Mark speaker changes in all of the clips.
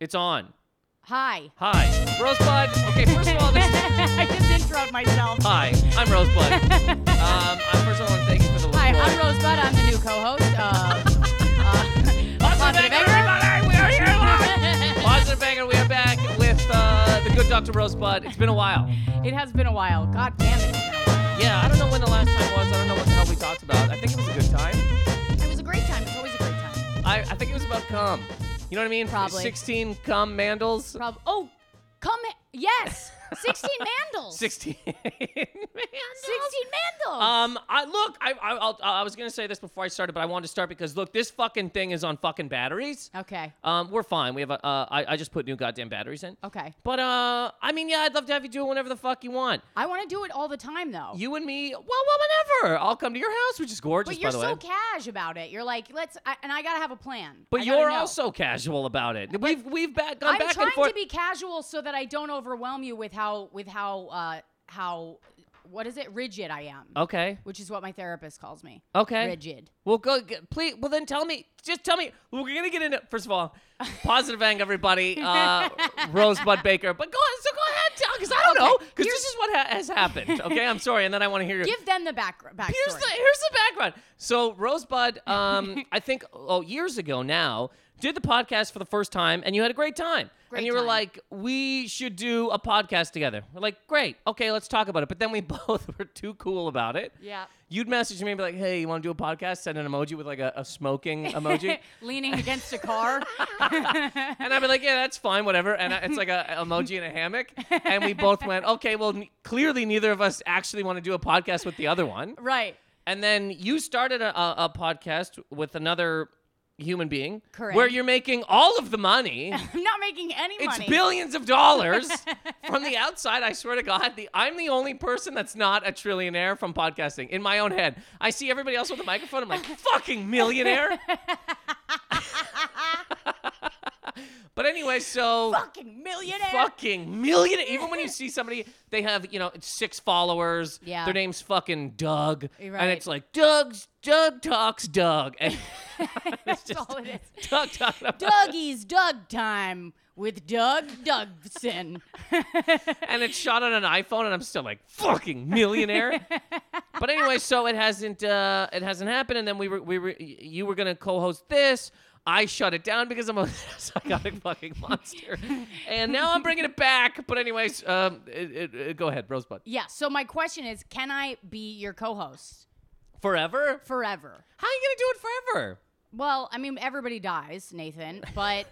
Speaker 1: It's on.
Speaker 2: Hi.
Speaker 1: Hi, Rosebud. Okay, first of all, this
Speaker 2: I just introed myself.
Speaker 1: hi, I'm Rosebud. Um, I first of all, I wanna thank you for the
Speaker 2: Hi,
Speaker 1: love.
Speaker 2: I'm Rosebud. I'm the new co-host of uh, Positive Anger.
Speaker 1: everybody. We are here live. Positive Banger, we are back with uh, the good Dr. Rosebud. It's been a while.
Speaker 2: it has been a while. God damn it. it's been a while.
Speaker 1: Yeah, I don't know when the last time was. I don't know what the hell we talked about. I think it was a good time.
Speaker 2: It was a great time. It's always a great time.
Speaker 1: I, I think it was about cum. You know what I mean?
Speaker 2: Probably.
Speaker 1: 16 cum mandals.
Speaker 2: Prob- oh, come. Yes. 16 mandals.
Speaker 1: 16 mandals.
Speaker 2: 16 mandals.
Speaker 1: Um, I look, I, I, I'll, I was gonna say this before I started, but I wanted to start because look, this fucking thing is on fucking batteries.
Speaker 2: okay.
Speaker 1: Um, we're fine. We have a, uh, I, I just put new goddamn batteries in.
Speaker 2: Okay.
Speaker 1: But uh, I mean, yeah, I'd love to have you do it whenever the fuck you want.
Speaker 2: I want to do it all the time, though.
Speaker 1: You and me, well, well, whenever. I'll come to your house, which is gorgeous,
Speaker 2: but you're
Speaker 1: by the
Speaker 2: so
Speaker 1: way.
Speaker 2: cash about it. You're like, let's, I, and I gotta have a plan. I
Speaker 1: But
Speaker 2: gotta
Speaker 1: you're
Speaker 2: know.
Speaker 1: also casual about it. We've we've back, gone
Speaker 2: I'm
Speaker 1: back
Speaker 2: trying
Speaker 1: and forth.
Speaker 2: to be casual so that I don't overwhelm you with how with how uh how what is it rigid I am,
Speaker 1: okay.
Speaker 2: which is what my therapist calls me.
Speaker 1: Oh. Okay.
Speaker 2: Rigid.
Speaker 1: Well, go g please. Well, then tell me. Just tell me. We're gonna get into first of all, positive ang everybody. Uh, Rosebud Baker. But go on. So go ahead, tell because I don't
Speaker 2: Okay,
Speaker 1: know because this is what ha- has happened. Okay, I'm sorry, and then I want to hear your.
Speaker 2: Give them the back backstory.
Speaker 1: here's the here's the background. So Rosebud, um, I think oh years ago now did the podcast for the first time, and you had a great time.
Speaker 2: Great
Speaker 1: and you were
Speaker 2: time.
Speaker 1: like, we should do a podcast together. We're like, great, okay, let's talk about it. But then we both were too cool about it.
Speaker 2: Yeah.
Speaker 1: You'd message me and be like, hey, you want to do a podcast? Send an emoji with like a, a smoking emoji.
Speaker 2: Leaning against a car.
Speaker 1: and I'd be like, yeah, that's fine, whatever. And I, it's like a a emoji in a hammock. And we both went, okay, well, n- clearly neither of us actually want to do a podcast with the other one.
Speaker 2: right.
Speaker 1: And then you started a, a, a podcast with another human being
Speaker 2: Correct.
Speaker 1: where you're making all of the money.
Speaker 2: I'm not making any
Speaker 1: It's
Speaker 2: money.
Speaker 1: billions of dollars. from the outside, I swear to God, the I'm the only person that's not a trillionaire from podcasting in my own head. I see everybody else with a microphone. I'm like, fucking millionaire. but anyway, so
Speaker 2: Fucking millionaire.
Speaker 1: fucking million. Even when you see somebody, they have you know six followers.
Speaker 2: Yeah.
Speaker 1: Their name's fucking Doug,
Speaker 2: You're
Speaker 1: and
Speaker 2: right.
Speaker 1: it's like Doug's Doug talks Doug, and
Speaker 2: That's all it is.
Speaker 1: Doug talks.
Speaker 2: Dougie's Doug time with Doug Dougson.
Speaker 1: and it's shot on an iPhone, and I'm still like fucking millionaire. but anyway, so it hasn't uh, it hasn't happened, and then we were we were you were gonna co-host this. I shut it down because I'm a psychotic fucking monster, and now I'm bringing it back. But anyways, um, it, it, it, go ahead, Rosebud.
Speaker 2: yeah. So my question is, can I be your co-host
Speaker 1: Forever?
Speaker 2: forever?
Speaker 1: How are you gonna do it forever?
Speaker 2: Well, I mean, everybody dies, Nathan, but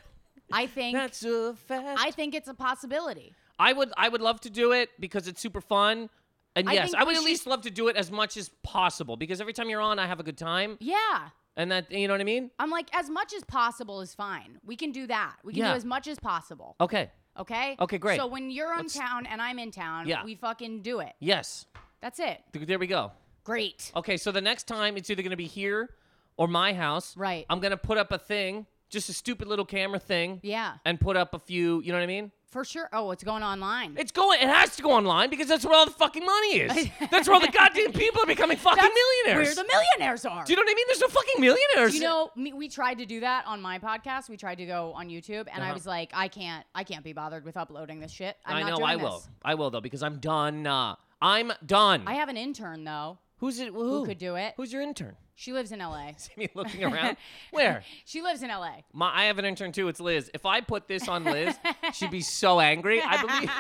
Speaker 2: I think
Speaker 1: That's a fact. I,
Speaker 2: I think it's a possibility.
Speaker 1: would I would love to do it because it's super fun. And
Speaker 2: I
Speaker 1: yes,
Speaker 2: think
Speaker 1: I would
Speaker 2: we
Speaker 1: at
Speaker 2: should-
Speaker 1: least love to do it as much as possible because every time you're on, I have a good time,
Speaker 2: Yeah.
Speaker 1: and that you know what I mean.
Speaker 2: I'm like, as much as possible is fine. We can do that. We can
Speaker 1: Yeah.
Speaker 2: do as much as possible.
Speaker 1: Okay.
Speaker 2: Okay?
Speaker 1: Okay, great.
Speaker 2: So when you're on
Speaker 1: Let's-
Speaker 2: town and I'm in town,
Speaker 1: Yeah.
Speaker 2: we fucking do it.
Speaker 1: Yes.
Speaker 2: That's it. Oh.
Speaker 1: Th- There we go.
Speaker 2: Great.
Speaker 1: Okay. So the next time it's either gonna be here or my house.
Speaker 2: Right.
Speaker 1: I'm gonna put up a thing, just a stupid little camera thing.
Speaker 2: Yeah.
Speaker 1: And put up a few. You know what I mean?
Speaker 2: For sure. Oh, it's going online.
Speaker 1: It's going. It has to go online because that's where all the fucking money is. that's where all the goddamn people are becoming fucking
Speaker 2: That's
Speaker 1: millionaires.
Speaker 2: Where the millionaires are.
Speaker 1: Do you know what I mean? There's no fucking millionaires.
Speaker 2: you know, me, we tried to do that on my podcast. We tried to go on YouTube, and I
Speaker 1: Uh-huh.
Speaker 2: was like, I can't, I can't be bothered with uploading this shit. I'm
Speaker 1: i
Speaker 2: not
Speaker 1: know.
Speaker 2: doing
Speaker 1: I
Speaker 2: this.
Speaker 1: will. I will though because I'm done. Uh, I'm done.
Speaker 2: I have an intern though
Speaker 1: Who's it? Who?
Speaker 2: who could do it.
Speaker 1: Who's your intern?
Speaker 2: She lives in LA.
Speaker 1: See me looking around. Where?
Speaker 2: She lives in LA.
Speaker 1: My, I have an intern too. It's Liz. If I put this on Liz, she'd be so angry. I believe.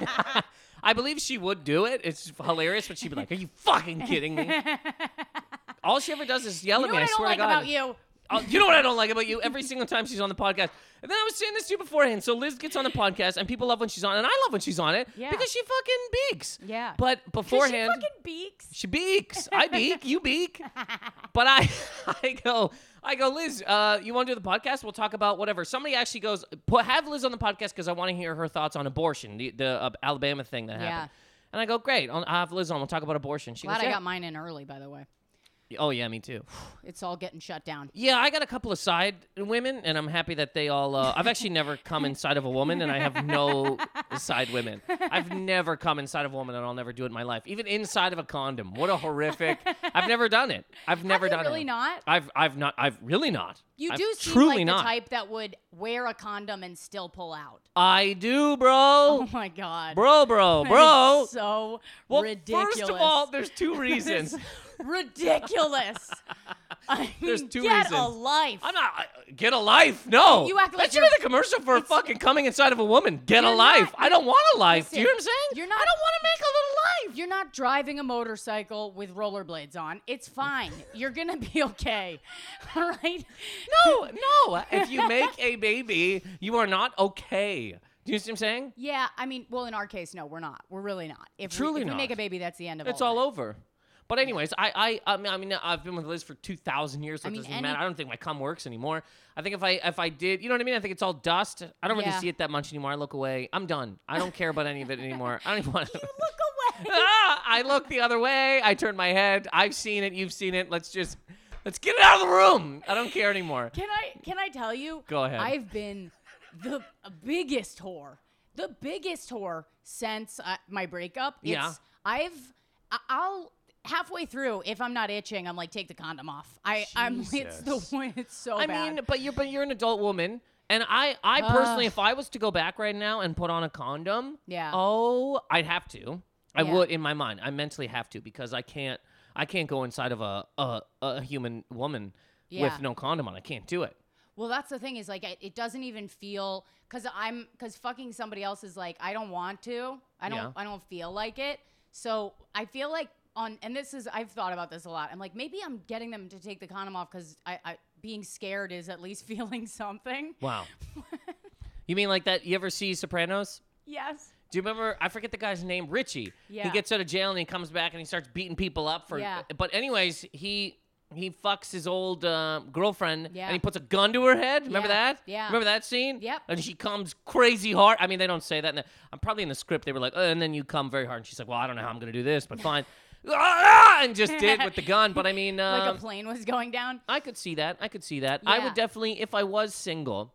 Speaker 1: I believe she would do it. It's hilarious, but she'd be like, "Are you fucking kidding me?" All she ever does is yell
Speaker 2: You
Speaker 1: at
Speaker 2: know what
Speaker 1: me. I
Speaker 2: I, don't
Speaker 1: swear
Speaker 2: like
Speaker 1: to God.
Speaker 2: about you?
Speaker 1: Oh, you know what I don't like about you? Every single time she's on the podcast. And then I was saying this to you beforehand. So Liz gets on the podcast, and people love when she's on, and I love when she's on it
Speaker 2: Yeah.
Speaker 1: because she fucking beaks.
Speaker 2: Yeah.
Speaker 1: But beforehand,
Speaker 2: She fucking beaks.
Speaker 1: she beaks. I beak. You beak. But I, I go, I go, Liz. Uh, you want to do the podcast? We'll talk about whatever. Somebody actually goes, put have Liz on the podcast because I want to hear her thoughts on abortion, the the uh, Alabama thing that
Speaker 2: Yeah.
Speaker 1: happened. And I go, great. I'll, I'll have Liz on. We'll talk about abortion. She
Speaker 2: Glad
Speaker 1: goes,
Speaker 2: I
Speaker 1: yeah.
Speaker 2: got mine in early, by the way.
Speaker 1: Oh yeah, me too.
Speaker 2: It's all getting shut down.
Speaker 1: Yeah, I got a couple of side women, and I'm happy that they all. Uh, I've actually never come inside of a woman, and I have no side women. I've never come inside of a woman, and I'll never do it in my life. Even inside of a condom. What a horrific. I've never done it. I've never
Speaker 2: you
Speaker 1: done it.
Speaker 2: really not?
Speaker 1: I've I've not. I've really not.
Speaker 2: You
Speaker 1: I've
Speaker 2: do seem
Speaker 1: truly
Speaker 2: like
Speaker 1: not.
Speaker 2: the type that would wear a condom and still pull out.
Speaker 1: I do,
Speaker 2: Oh
Speaker 1: bro.
Speaker 2: my god,
Speaker 1: Bro, bro,
Speaker 2: That is
Speaker 1: bro.
Speaker 2: so
Speaker 1: Well,
Speaker 2: ridiculous.
Speaker 1: first of all, there's two reasons.
Speaker 2: ridiculous. I
Speaker 1: There's
Speaker 2: mean,
Speaker 1: two
Speaker 2: get a
Speaker 1: reasons.
Speaker 2: life.
Speaker 1: I'm not I- get a life. No,
Speaker 2: You act
Speaker 1: that
Speaker 2: like
Speaker 1: should be
Speaker 2: you're-
Speaker 1: the commercial for
Speaker 2: it's-
Speaker 1: fucking coming inside of a woman. Get a
Speaker 2: You're
Speaker 1: life.
Speaker 2: not-
Speaker 1: I don't want a life. do
Speaker 2: Listen,
Speaker 1: you know what I'm saying?
Speaker 2: You're not. I don't want to make a little life. You're not driving a motorcycle with rollerblades on. It's fine. you're gonna be okay. All right.
Speaker 1: No, no. If you make a baby, you are not okay. Do you see what I'm saying?
Speaker 2: Yeah, I mean, well, in our case, no, we're not. We're really not. If
Speaker 1: Truly
Speaker 2: we, if
Speaker 1: not.
Speaker 2: we make a baby, that's the end of
Speaker 1: It's
Speaker 2: all.
Speaker 1: all
Speaker 2: of it.
Speaker 1: over. But anyways, I I I mean, I mean I've been with Liz for two thousand years, so
Speaker 2: I
Speaker 1: it
Speaker 2: mean,
Speaker 1: doesn't
Speaker 2: any-
Speaker 1: matter. I don't think my cum works anymore. I think if I if I did, you know what I mean? I think it's all dust. I don't
Speaker 2: Yeah.
Speaker 1: really see it that much anymore. I look away. I'm done. I don't care about any of it anymore. I don't even want to.
Speaker 2: You look away.
Speaker 1: ah, I look the other way. I turn my head. I've seen it. You've seen it. Let's just let's get it out of the room. I don't care anymore.
Speaker 2: Can I can I tell you?
Speaker 1: Go ahead.
Speaker 2: I've been the biggest whore, the biggest whore since uh, my breakup. It's,
Speaker 1: Yeah.
Speaker 2: I've I- I'll halfway through if I'm not itching, I'm like take the condom off. I I'm it's the
Speaker 1: Jesus.
Speaker 2: one. It's so
Speaker 1: I
Speaker 2: bad.
Speaker 1: mean, but you're but you're an adult woman, and I I personally, if I was to go back right now and put on a condom,
Speaker 2: Yeah.
Speaker 1: oh, I'd have to. I
Speaker 2: Yeah.
Speaker 1: would in my mind. I mentally have to because I can't I can't go inside of a a, a human woman
Speaker 2: Yeah.
Speaker 1: with no condom on. I can't do it.
Speaker 2: Well, that's the thing is like it, it doesn't even feel because I'm because fucking somebody else is like I don't want to. I don't.
Speaker 1: Yeah.
Speaker 2: I don't feel like it. So I feel like on and this is I've thought about this a lot. I'm like maybe I'm getting them to take the condom off because I, I being scared is at least feeling something.
Speaker 1: Wow. you mean like that? You ever see Sopranos?
Speaker 2: Yes.
Speaker 1: Do you remember? I forget the guy's name. Richie. He
Speaker 2: Yeah.
Speaker 1: gets out of jail and he comes back and he starts beating people up for.
Speaker 2: Yeah.
Speaker 1: But anyways, he he fucks his old uh, girlfriend
Speaker 2: Yeah.
Speaker 1: and he puts a gun to her head. Remember
Speaker 2: Yeah,
Speaker 1: that?
Speaker 2: yeah.
Speaker 1: Remember that scene?
Speaker 2: Yep.
Speaker 1: And she comes crazy hard. I mean, they don't say that. In the, I'm probably in the script. They were like, oh, and then you come very hard. And she's like, well, I don't know how I'm gonna do this, but fine. Ah, and just did with the gun. But I mean, uh,
Speaker 2: like a plane was going down.
Speaker 1: I could see that. I could see that. I
Speaker 2: Yeah.
Speaker 1: would definitely, if I was single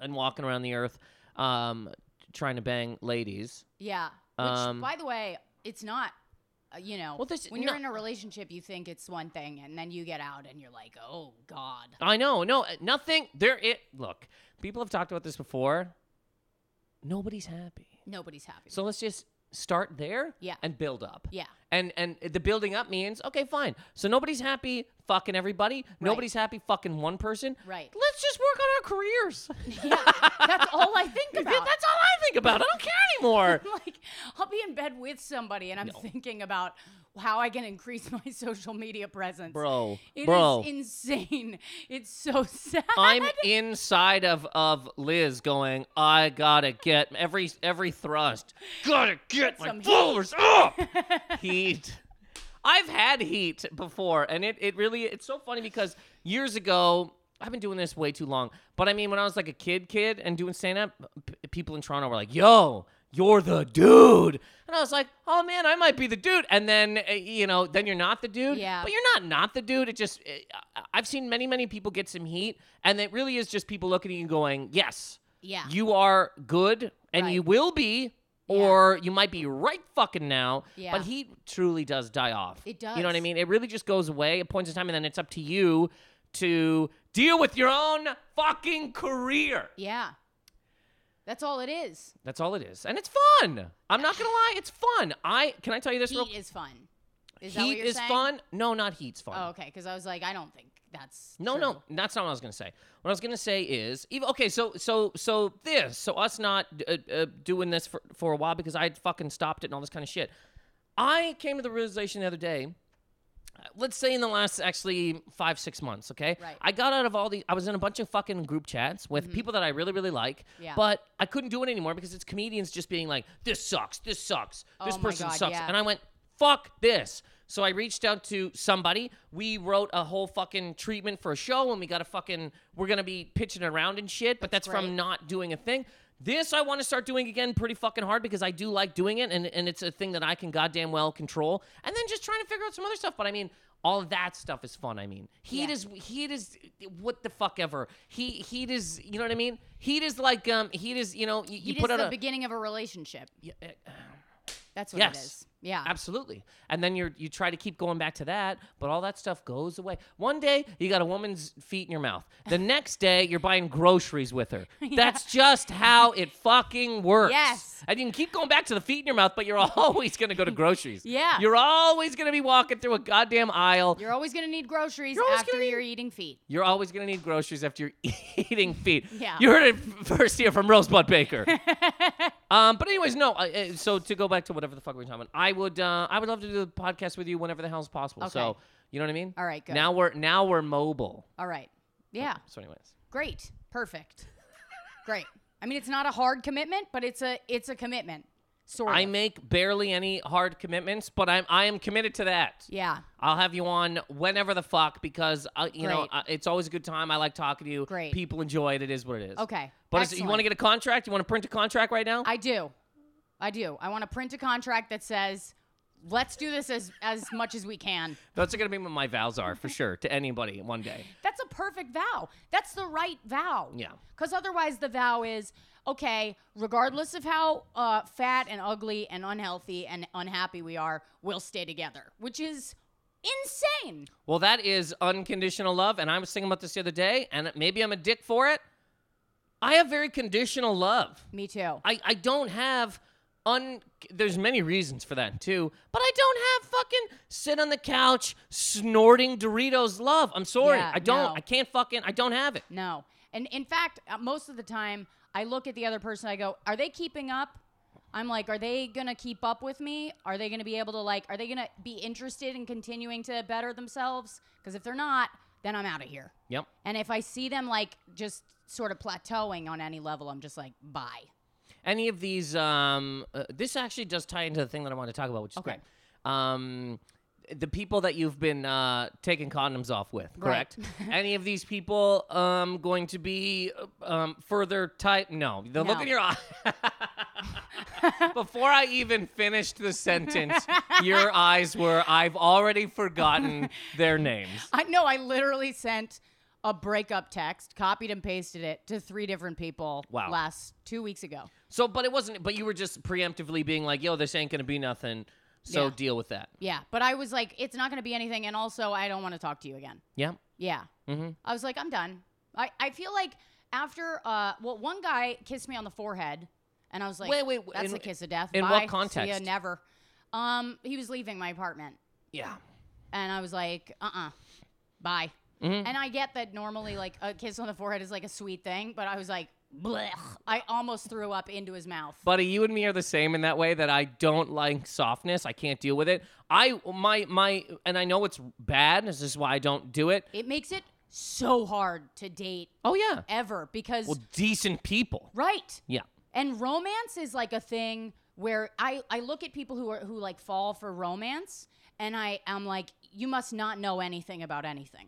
Speaker 1: and walking around the earth, um, trying to bang ladies.
Speaker 2: Yeah. Which,
Speaker 1: Um,
Speaker 2: by the way, it's not. uh, You know,
Speaker 1: Well, this-
Speaker 2: when you're
Speaker 1: no-
Speaker 2: in a relationship, you think it's one thing, and then you get out, and you're like, "Oh God,
Speaker 1: I know. No, uh, nothing. There it. Look, people have talked about this before. Nobody's happy.
Speaker 2: nobody's happy."
Speaker 1: So let's just start there
Speaker 2: Yeah.
Speaker 1: and build up.
Speaker 2: yeah,
Speaker 1: And and the building up means okay, fine. So nobody's happy fucking everybody. Nobody's happy fucking one person.
Speaker 2: right.
Speaker 1: Let's just work on our careers.
Speaker 2: Yeah, that's all I think
Speaker 1: That's all
Speaker 2: about.
Speaker 1: I think about. I don't care anymore.
Speaker 2: I'm like, I'll be in bed with somebody, and I'm thinking about how I can increase my social media presence.
Speaker 1: Bro,
Speaker 2: It is
Speaker 1: bro.
Speaker 2: insane. It's so sad.
Speaker 1: I'm inside of of Liz going, I gotta get every every thrust. Gotta get my
Speaker 2: Some heat.
Speaker 1: followers up. heat. I've had heat before, and it it really it's so funny because years ago. I've been doing this way too long, but I mean, when I was like a kid, kid, and doing stand up, p- people in Toronto were like, "Yo, you're the dude," and I was like, "Oh man, I might be the dude." And then, uh, you know, then you're not the dude,
Speaker 2: Yeah.
Speaker 1: But you're not not the dude. It just uh, I've seen many many people get some heat, and it really is just people looking at you and going, "Yes,
Speaker 2: yeah,
Speaker 1: you are good, and you
Speaker 2: Right.
Speaker 1: will be." Or you might be right fucking now,
Speaker 2: Yeah.
Speaker 1: but heat truly does die off.
Speaker 2: It
Speaker 1: You know what I
Speaker 2: does.
Speaker 1: mean? It really just goes away at points in time, and then it's up to you to deal with your own fucking career.
Speaker 2: yeah. That's all it is.
Speaker 1: That's all it is, and it's fun. I'm not gonna lie, it's fun. I can I tell you this real?
Speaker 2: Heat is fun. Is that what
Speaker 1: heat
Speaker 2: you're
Speaker 1: is
Speaker 2: saying?
Speaker 1: fun. No, not heat's fun.
Speaker 2: Oh, okay. Because I was like, I don't think that's
Speaker 1: No,
Speaker 2: true.
Speaker 1: no, that's not what I was gonna say. What I was gonna say is, even okay, so so so this, so us not uh, uh, doing this for for a while because I had fucking stopped it and all this kind of shit. I came to the realization the other day. uh, Let's say in the last actually five six months, okay.
Speaker 2: Right. Mm-hmm.
Speaker 1: I got out of all the. I was in a bunch of fucking group chats with people that I really really like.
Speaker 2: Yeah.
Speaker 1: But I couldn't do it anymore because it's comedians just being like, "This sucks. This sucks. This
Speaker 2: Oh my
Speaker 1: person
Speaker 2: God,
Speaker 1: sucks,"
Speaker 2: yeah.
Speaker 1: and I went, fuck this. So I reached out to somebody. We wrote a whole fucking treatment for a show and we got a fucking, we're going to be pitching it around and shit, but that's,
Speaker 2: great.
Speaker 1: from not doing a thing. This I want to start doing again pretty fucking hard because I do like doing it and, and it's a thing that I can goddamn well control. And then just trying to figure out some other stuff. But I mean, All of that stuff is fun. I mean, heat
Speaker 2: Yeah.
Speaker 1: is heat is what the fuck ever. Heat heat is you know what I mean. Heat is like um heat is you know you, you
Speaker 2: It is
Speaker 1: put out
Speaker 2: the
Speaker 1: a
Speaker 2: beginning of a relationship.
Speaker 1: yeah, uh,
Speaker 2: That's what
Speaker 1: Yes.
Speaker 2: it is. Yeah.
Speaker 1: Absolutely. And then you're you try to keep going back to that, but all that stuff goes away. One day you got a woman's feet in your mouth. The next day you're buying groceries with her. That's just how it fucking works.
Speaker 2: Yes.
Speaker 1: And you can keep going back to the feet in your mouth, but you're always gonna go to groceries.
Speaker 2: Yeah.
Speaker 1: You're always gonna be walking through a goddamn aisle.
Speaker 2: You're always going to need groceries
Speaker 1: You're always
Speaker 2: after
Speaker 1: gonna need-
Speaker 2: you're eating feet.
Speaker 1: You're always gonna need groceries after you're eating feet.
Speaker 2: Yeah.
Speaker 1: You heard it f- first here from Rosebud Baker. um, but anyways, no. Uh, uh, so to go back to whatever the fuck we are talking about, I would, uh, I would love to do the podcast with you whenever the hell's possible. So
Speaker 2: Okay.
Speaker 1: you know what I mean?
Speaker 2: All right, good.
Speaker 1: Now we're now we're mobile.
Speaker 2: All right. Yeah.
Speaker 1: So anyways,
Speaker 2: Great. Perfect. Great. I mean, it's not a hard commitment, but it's a it's a commitment. Sort of.
Speaker 1: I make barely any hard commitments, but I'm I am committed to that.
Speaker 2: yeah.
Speaker 1: I'll have you on whenever the fuck because uh, you know
Speaker 2: Great.
Speaker 1: uh, it's always a good time. I like talking to you.
Speaker 2: Great.
Speaker 1: People enjoy it. It is what it is.
Speaker 2: Okay.
Speaker 1: But is, you want
Speaker 2: Excellent.
Speaker 1: to get a contract? You want to print a contract right now?
Speaker 2: I do. I do. I want to print a contract that says, "Let's do this as as much as we can."
Speaker 1: Those are gonna be what my vows are for sure to anybody one day.
Speaker 2: That's a perfect vow. That's the right vow.
Speaker 1: Yeah.
Speaker 2: Because otherwise, the vow is okay, regardless of how uh, fat and ugly and unhealthy and unhappy we are, we'll stay together, which is insane.
Speaker 1: Well, that is unconditional love, and I was thinking about this the other day, and maybe I'm a dick for it. I have very conditional love.
Speaker 2: Me too.
Speaker 1: I, I don't have un there's many reasons for that too, but I don't have fucking sit on the couch snorting Doritos love. I'm sorry.
Speaker 2: Yeah,
Speaker 1: I don't
Speaker 2: no.
Speaker 1: I can't fucking I don't have it.
Speaker 2: No. And in fact, uh, most of the time, I look at the other person, I go, Are they keeping up? I'm like, Are they going to keep up with me? Are they going to be able to, like, are they going to be interested in continuing to better themselves? Because if they're not, then I'm out of here.
Speaker 1: Yep.
Speaker 2: And if I see them, like, just sort of plateauing on any level, I'm just like, Bye.
Speaker 1: any of these um uh, this actually does tie into the thing that i want to talk about which is
Speaker 2: Okay.
Speaker 1: great um the people that you've been uh, taking condoms off with,
Speaker 2: Right.
Speaker 1: correct? Any of these people um, going to be uh, um, further tight? No. The look
Speaker 2: No.
Speaker 1: in your eye. Before I even finished the sentence, your eyes were, I've already forgotten their names.
Speaker 2: I know I literally sent a breakup text, copied and pasted it to three different people
Speaker 1: Wow.
Speaker 2: last two weeks ago.
Speaker 1: So, but it wasn't, but you were just preemptively being like, yo, this ain't going to be nothing. So
Speaker 2: Yeah.
Speaker 1: deal with that.
Speaker 2: Yeah. But I was like, It's not going to be anything. And also, I don't want to talk to you again.
Speaker 1: Yeah.
Speaker 2: Yeah.
Speaker 1: Mm-hmm.
Speaker 2: I was like, I'm done. I, I feel like after, uh, well, one guy kissed me on the forehead, and I was like,
Speaker 1: Wait, wait, wait,
Speaker 2: that's
Speaker 1: in-
Speaker 2: a kiss of death.
Speaker 1: in what
Speaker 2: Bye. See
Speaker 1: context?
Speaker 2: ya, never. Um, he was leaving my apartment,
Speaker 1: Yeah.
Speaker 2: and I was like, uh, uh bye.
Speaker 1: Mm-hmm.
Speaker 2: And I get that normally, like a kiss on the forehead is like a sweet thing, but I was like, blech. I almost threw up into his mouth.
Speaker 1: Buddy, you and me are the same in that way that I don't like softness. I can't deal with it. I my my and I know it's bad. This is why I don't do it.
Speaker 2: It makes it so hard to date
Speaker 1: Oh yeah.
Speaker 2: ever because
Speaker 1: Well, decent people.
Speaker 2: right.
Speaker 1: Yeah.
Speaker 2: And romance is like a thing where I, I look at people who are who like fall for romance and I am like, you must not know anything about anything.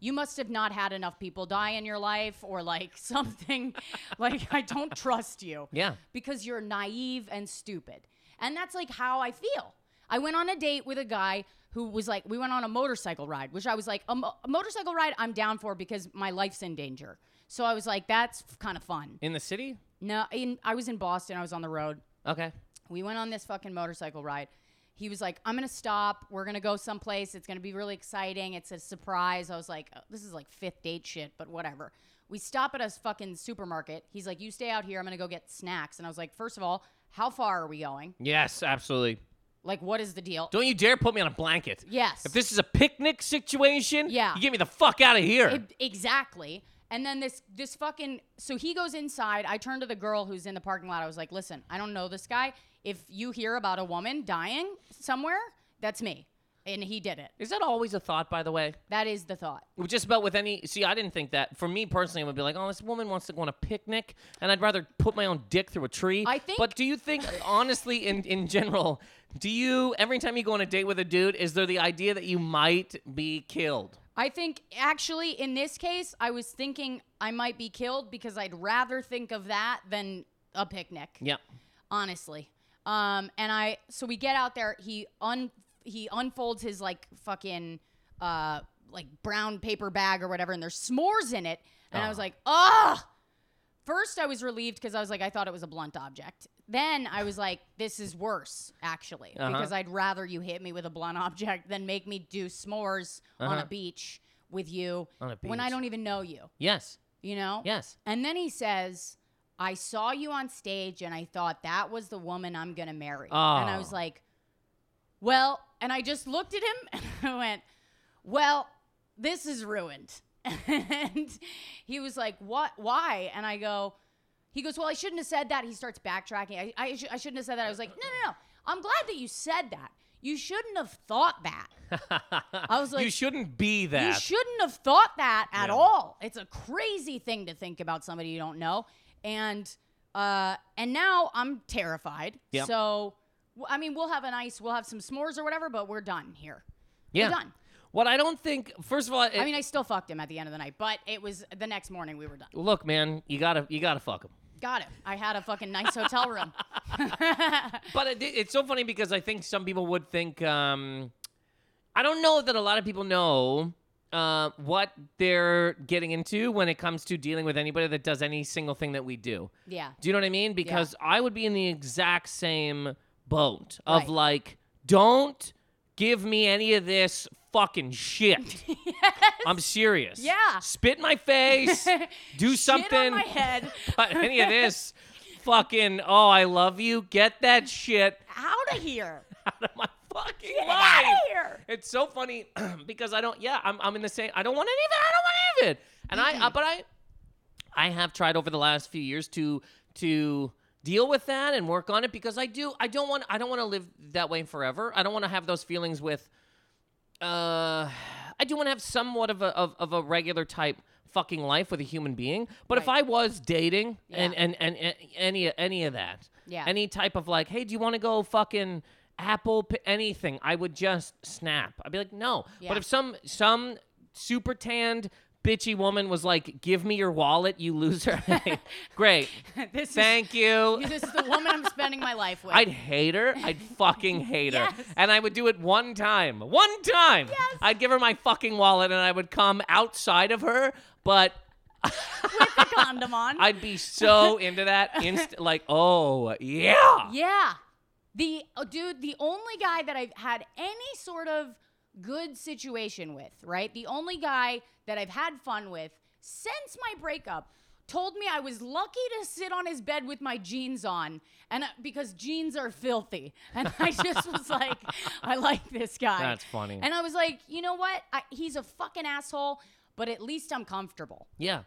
Speaker 2: You must have not had enough people die in your life or like something like I don't trust you.
Speaker 1: Yeah.
Speaker 2: Because you're naive and stupid. And that's like how I feel. I went on a date with a guy who was like, we went on a motorcycle ride, which I was like, a, mo- a motorcycle ride I'm down for because my life's in danger. So I was like, that's kind of fun.
Speaker 1: In the city?
Speaker 2: No, in, I was in Boston. I was on the road.
Speaker 1: Okay.
Speaker 2: We went on this fucking motorcycle ride. He was like, I'm going to stop. We're going to go someplace. It's going to be really exciting. It's a surprise. I was like, "Oh, this is like fifth date shit, but whatever. We stop at a fucking supermarket. He's like, you stay out here. I'm going to go get snacks. And I was like, first of all, how far are we going?
Speaker 1: Yes, absolutely.
Speaker 2: Like, what is the deal?
Speaker 1: Don't you dare put me on a blanket.
Speaker 2: yes.
Speaker 1: If this is a picnic situation,
Speaker 2: Yeah.
Speaker 1: you get me the fuck out of here.
Speaker 2: It- exactly. And then this this fucking so he goes inside. I turn to the girl who's in the parking lot. I was like, "Listen, I don't know this guy. If you hear about a woman dying somewhere, that's me." And he did it.
Speaker 1: is that always a thought, by the way?
Speaker 2: That is the thought.
Speaker 1: It was Just about with any. See, I didn't think that. For me personally, I would be like, "Oh, this woman wants to go on a picnic, and I'd rather put my own dick through a tree."
Speaker 2: I think-
Speaker 1: But do you think, honestly, in in general, do you every time you go on a date with a dude, is there the idea that you might be killed?
Speaker 2: I think actually in this case, I was thinking I might be killed because I'd rather think of that than a picnic.
Speaker 1: Yep.
Speaker 2: honestly. Um, and I so we get out there. He un he unfolds his like fucking uh, like brown paper bag or whatever, and there's s'mores in it. And
Speaker 1: Ah.
Speaker 2: I was like, ugh. First, I was relieved because I was like, I thought it was a blunt object. Then I was like, this is worse, actually,
Speaker 1: Uh-huh.
Speaker 2: because I'd rather you hit me with a blunt object than make me do s'mores on
Speaker 1: Uh-huh.
Speaker 2: a beach with you
Speaker 1: On a
Speaker 2: when I
Speaker 1: beach.
Speaker 2: don't even know you,
Speaker 1: Yes.
Speaker 2: you know?
Speaker 1: Yes.
Speaker 2: And then he says, I saw you on stage and I thought that was the woman I'm going to marry. And I
Speaker 1: Oh.
Speaker 2: was like, well, and I just looked at him and I went, well, this is ruined. and he was like, what? Why? And I go, he goes, well, I shouldn't have said that. He starts backtracking. I, I, sh- I shouldn't have said that. I was like, no, no, no. I'm glad that you said that. You shouldn't have thought that.
Speaker 1: I
Speaker 2: was like,
Speaker 1: you shouldn't be
Speaker 2: You
Speaker 1: that.
Speaker 2: shouldn't have thought that at
Speaker 1: Yeah.
Speaker 2: all. It's a crazy thing to think about somebody you don't know. And uh, and now I'm terrified.
Speaker 1: Yep.
Speaker 2: So w- I mean, we'll have a nice, we'll have some s'mores or whatever, but we're done here.
Speaker 1: yeah.
Speaker 2: We're done.
Speaker 1: What I don't think, first of all, it-
Speaker 2: I mean, I still fucked him at the end of the night, but it was the next morning we were done.
Speaker 1: look, man, you gotta, you gotta fuck him.
Speaker 2: Got it. I had a fucking nice hotel room.
Speaker 1: But it, it's so funny because I think some people would think, um, I don't know that a lot of people know uh, what they're getting into when it comes to dealing with anybody that does any single thing that we do.
Speaker 2: yeah.
Speaker 1: Do you know what I mean? Because I would be in the exact same boat of
Speaker 2: Right.
Speaker 1: like, don't give me any of this fucking shit. I'm serious.
Speaker 2: Yeah.
Speaker 1: Spit in my face. do something.
Speaker 2: Shit on my head.
Speaker 1: But any of this fucking, oh, I love you. Get that shit
Speaker 2: Out of here.
Speaker 1: out of my fucking
Speaker 2: Get out
Speaker 1: life.
Speaker 2: of here.
Speaker 1: It's so funny because I don't. Yeah, I'm. I'm in the same. I don't want any of it. I don't want any of it. And I. Uh,
Speaker 2: Mm-hmm.
Speaker 1: but I. I have tried over the last few years to to deal with that and work on it because I do. I don't want. I don't want to live that way forever. I don't want to have those feelings with. Uh, I do want to have somewhat of a of, of a regular type fucking life with a human being. But if
Speaker 2: Right.
Speaker 1: I was dating and,
Speaker 2: Yeah.
Speaker 1: and and and any any of that,
Speaker 2: Yeah.
Speaker 1: any type of like, hey, do you want to go fucking Apple p- anything? I would just snap. I'd be like, no.
Speaker 2: Yeah.
Speaker 1: But if some some super tanned bitchy woman was like, give me your wallet, you loser. Great,
Speaker 2: this is-
Speaker 1: thank you.
Speaker 2: this is the woman I'm spending my life with.
Speaker 1: I'd hate her. I'd fucking hate her.
Speaker 2: Yes.
Speaker 1: And I would do it one time. One time. Yes. I'd give her my fucking wallet and I would come outside of her, but
Speaker 2: Put the condom on.
Speaker 1: I'd be so into that inst like, oh, yeah.
Speaker 2: Yeah. The oh, dude, the only guy that I've had any sort of good situation with, right? The only guy that I've had fun with since my breakup told me I was lucky to sit on his bed with my jeans on and uh, because jeans are filthy. And I just was like, I like this guy.
Speaker 1: That's funny.
Speaker 2: And I was like, you know what? I, he's a fucking asshole, but at least I'm comfortable
Speaker 1: Yeah.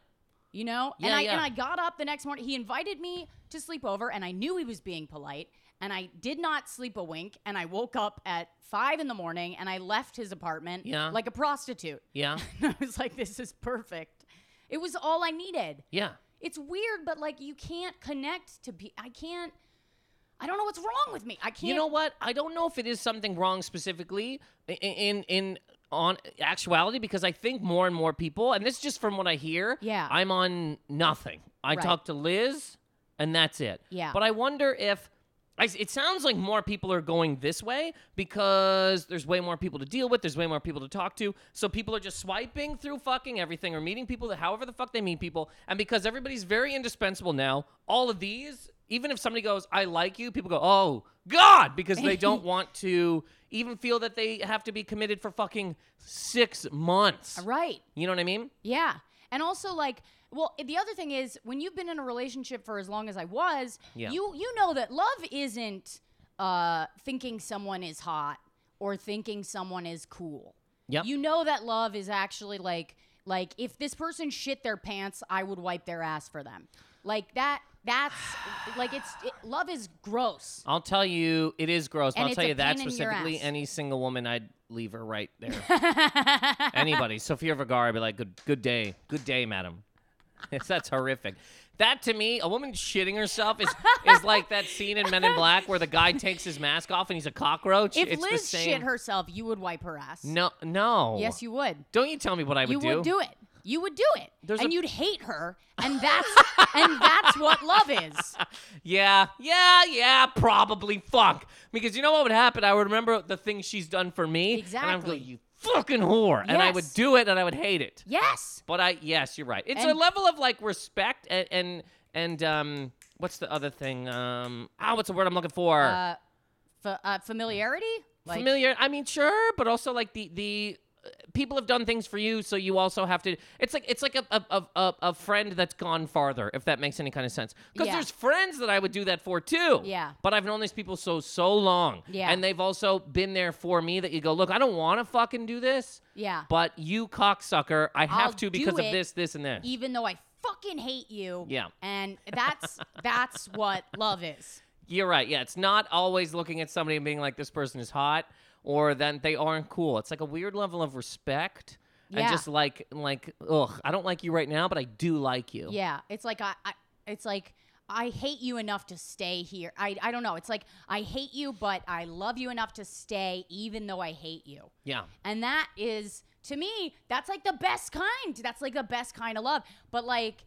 Speaker 2: you know and
Speaker 1: Yeah,
Speaker 2: i
Speaker 1: yeah.
Speaker 2: and i got up the next morning he invited me to sleep over and i knew he was being polite and i did not sleep a wink and i woke up at five in the morning and i left his apartment
Speaker 1: Yeah.
Speaker 2: like a prostitute
Speaker 1: Yeah.
Speaker 2: and i was like this is perfect it was all i needed
Speaker 1: Yeah.
Speaker 2: it's weird but like you can't connect to be i can't i don't know what's wrong with me i can't
Speaker 1: You know what? I don't know if it is something wrong specifically i- in in on actuality because I think more and more people, and this is just from what I hear.
Speaker 2: Yeah.
Speaker 1: I'm on nothing. I
Speaker 2: Right.
Speaker 1: talk to Liz, and that's it.
Speaker 2: Yeah.
Speaker 1: But I wonder if. I s it sounds like more people are going this way because there's way more people to deal with. There's way more people to talk to. So people are just swiping through fucking everything or meeting people that however the fuck they meet people. And because everybody's very indispensable now, all of these, even if somebody goes, I like you, people go, oh, God, because they don't want to even feel that they have to be committed for fucking six months.
Speaker 2: right
Speaker 1: You know what I mean?
Speaker 2: Yeah. And also like well, the other thing is when you've been in a relationship for as long as I was,
Speaker 1: Yeah.
Speaker 2: you you know that love isn't uh thinking someone is hot or thinking someone is cool.
Speaker 1: Yep.
Speaker 2: You know that love is actually like like if this person shit their pants, I would wipe their ass for them. Like that that's like it's it, love is gross.
Speaker 1: I'll tell you, it is gross.
Speaker 2: And
Speaker 1: And I'll
Speaker 2: it's
Speaker 1: tell
Speaker 2: a
Speaker 1: you that
Speaker 2: pain in your
Speaker 1: specifically.
Speaker 2: ass.
Speaker 1: Any single woman, I'd leave her right there. Anybody, Sophia Vergara, I'd be like, "Good, good day, good day, madam." That's horrific. That to me, a woman shitting herself is is like that scene in Men in Black where the guy takes his mask off and he's a cockroach.
Speaker 2: If
Speaker 1: it's the
Speaker 2: Liz
Speaker 1: same.
Speaker 2: shit herself, you would wipe her ass.
Speaker 1: no, no.
Speaker 2: Yes, you would.
Speaker 1: Don't you tell me what I would
Speaker 2: you
Speaker 1: do.
Speaker 2: would do it. You would do it,
Speaker 1: There's
Speaker 2: and
Speaker 1: a-
Speaker 2: you'd hate her, and that's and that's what love is.
Speaker 1: Yeah, yeah, yeah, probably fuck. Because you know what would happen? I would remember the things she's done for me. And I'm
Speaker 2: Exactly.
Speaker 1: like, you fucking whore. And I would
Speaker 2: Yes.
Speaker 1: do it and I would hate it.
Speaker 2: Yes.
Speaker 1: But I yes, you're right. It's a
Speaker 2: And-
Speaker 1: level of like respect and and, and um what's the other thing? Um ah, what's the word I'm looking for?
Speaker 2: Uh, fa- uh, familiarity. Like,
Speaker 1: Familiar. I mean, sure, but also like the the uh, people have done things for you, so you also have to. It's like it's like a a a, a, a friend that's gone farther, if that makes any kind of sense. Because
Speaker 2: Yeah.
Speaker 1: there's friends that I would do that for too.
Speaker 2: Yeah.
Speaker 1: But I've known these people so so long.
Speaker 2: Yeah.
Speaker 1: And they've also been there for me. That you go, look, I don't want to fucking do this.
Speaker 2: Yeah.
Speaker 1: But you cocksucker, I have
Speaker 2: I'll
Speaker 1: to
Speaker 2: do
Speaker 1: because of
Speaker 2: it
Speaker 1: this, this, and this.
Speaker 2: Even though I fucking hate you.
Speaker 1: Yeah.
Speaker 2: And that's that's what love is.
Speaker 1: You're right. Yeah, it's not always looking at somebody and being like, this person is hot or then they aren't cool. It's like a weird level of respect and
Speaker 2: Yeah.
Speaker 1: just like, like, ugh, I don't like you right now, but I do like you.
Speaker 2: Yeah, it's like I, I it's like I hate you enough to stay here. I I don't know. It's like I hate you, but I love you enough to stay, even though I hate you.
Speaker 1: Yeah.
Speaker 2: And that is to me, that's like the best kind. That's like the best kind of love. But like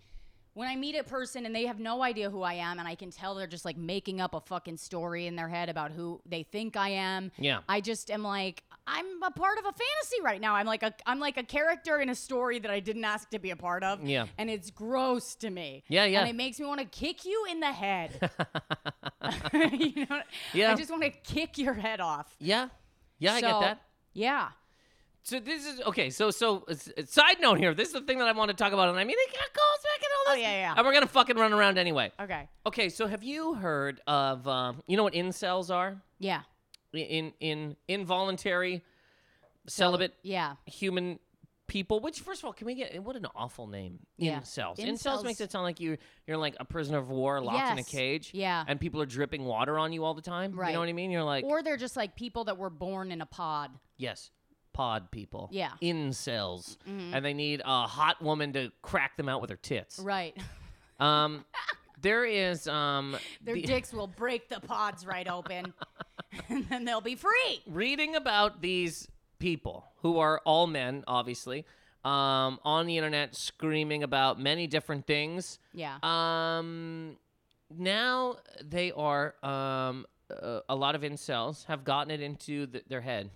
Speaker 2: when I meet a person and they have no idea who I am and I can tell they're just like making up a fucking story in their head about who they think I am.
Speaker 1: Yeah.
Speaker 2: I just am like I'm a part of a fantasy right now. I'm like a I'm like a character in a story that I didn't ask to be a part of.
Speaker 1: Yeah.
Speaker 2: And it's gross to me.
Speaker 1: Yeah, yeah.
Speaker 2: And it makes me want to kick you in the head. you know?
Speaker 1: Yeah.
Speaker 2: I just want to kick your head off.
Speaker 1: Yeah. Yeah, I get
Speaker 2: So,
Speaker 1: that.
Speaker 2: Yeah.
Speaker 1: So this is okay. So so uh, s- uh, side note here. This is the thing that I want to talk about, and I mean it kinda goes back and all
Speaker 2: Oh,
Speaker 1: this.
Speaker 2: yeah, yeah.
Speaker 1: And we're gonna fucking run around anyway.
Speaker 2: Okay.
Speaker 1: Okay. So have you heard of um, you know what incels are?
Speaker 2: Yeah.
Speaker 1: In in involuntary celibate
Speaker 2: Yeah.
Speaker 1: human people. Which, first of all, can we get what an awful name?
Speaker 2: Yeah.
Speaker 1: Incels. Incels.
Speaker 2: Incels-
Speaker 1: makes it sound like you you're like a prisoner of war locked in a
Speaker 2: Yes.
Speaker 1: cage.
Speaker 2: Yeah.
Speaker 1: And people are dripping water on you all the time. You
Speaker 2: Right.
Speaker 1: know what I mean? You're like
Speaker 2: or they're just like people that were born in a pod.
Speaker 1: yes. Pod people.
Speaker 2: Yeah. Mm-hmm.
Speaker 1: Incels. And they need a hot woman to crack them out with her tits.
Speaker 2: Right.
Speaker 1: Um there is um
Speaker 2: Their
Speaker 1: the-
Speaker 2: dicks will break the pods right open and then they'll be free.
Speaker 1: reading about these people who are all men, obviously, um, on the internet screaming about many different things.
Speaker 2: Yeah.
Speaker 1: Um, now they are. Um, uh, a lot of incels have gotten it into th their head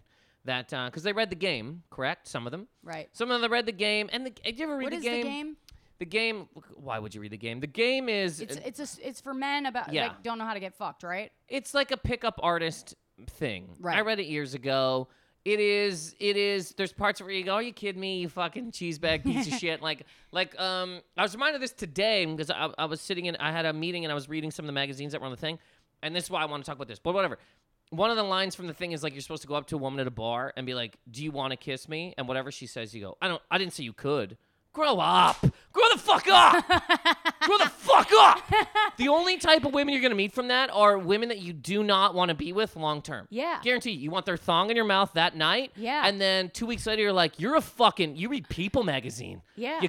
Speaker 1: that because they read the game, correct? Some of them.
Speaker 2: right.
Speaker 1: Some of them read the game, and the, did you ever read
Speaker 2: What
Speaker 1: the,
Speaker 2: is
Speaker 1: game?
Speaker 2: the game?
Speaker 1: The game. Why would you read the game? The game is
Speaker 2: It's it's a s it's for men about
Speaker 1: Yeah.
Speaker 2: that don't know how to get fucked, right?
Speaker 1: it's like a pickup artist thing. I
Speaker 2: Right.
Speaker 1: read it years ago. It is. It is. There's parts where you go, "Are you kidding me? You fucking cheese bag piece of shit!" Like, like, um, I was reminded of this today because I, I was sitting in. I had a meeting and I was reading some of the magazines that were on the thing, and this is why I want to talk about this. But whatever. One of the lines from the thing is like you're supposed to go up to a woman at a bar and be like, "Do you want to kiss me?" And whatever she says, you go, "I don't. I didn't say you could." Grow up. Grow the fuck up. Grow the fuck up. The only type of women you're gonna meet from that are women that you do not want to be with long term.
Speaker 2: Yeah.
Speaker 1: Guarantee you, you want their thong in your mouth that night.
Speaker 2: Yeah.
Speaker 1: And then two weeks later, you're like, you're a fucking, you read People magazine.
Speaker 2: Yeah.
Speaker 1: You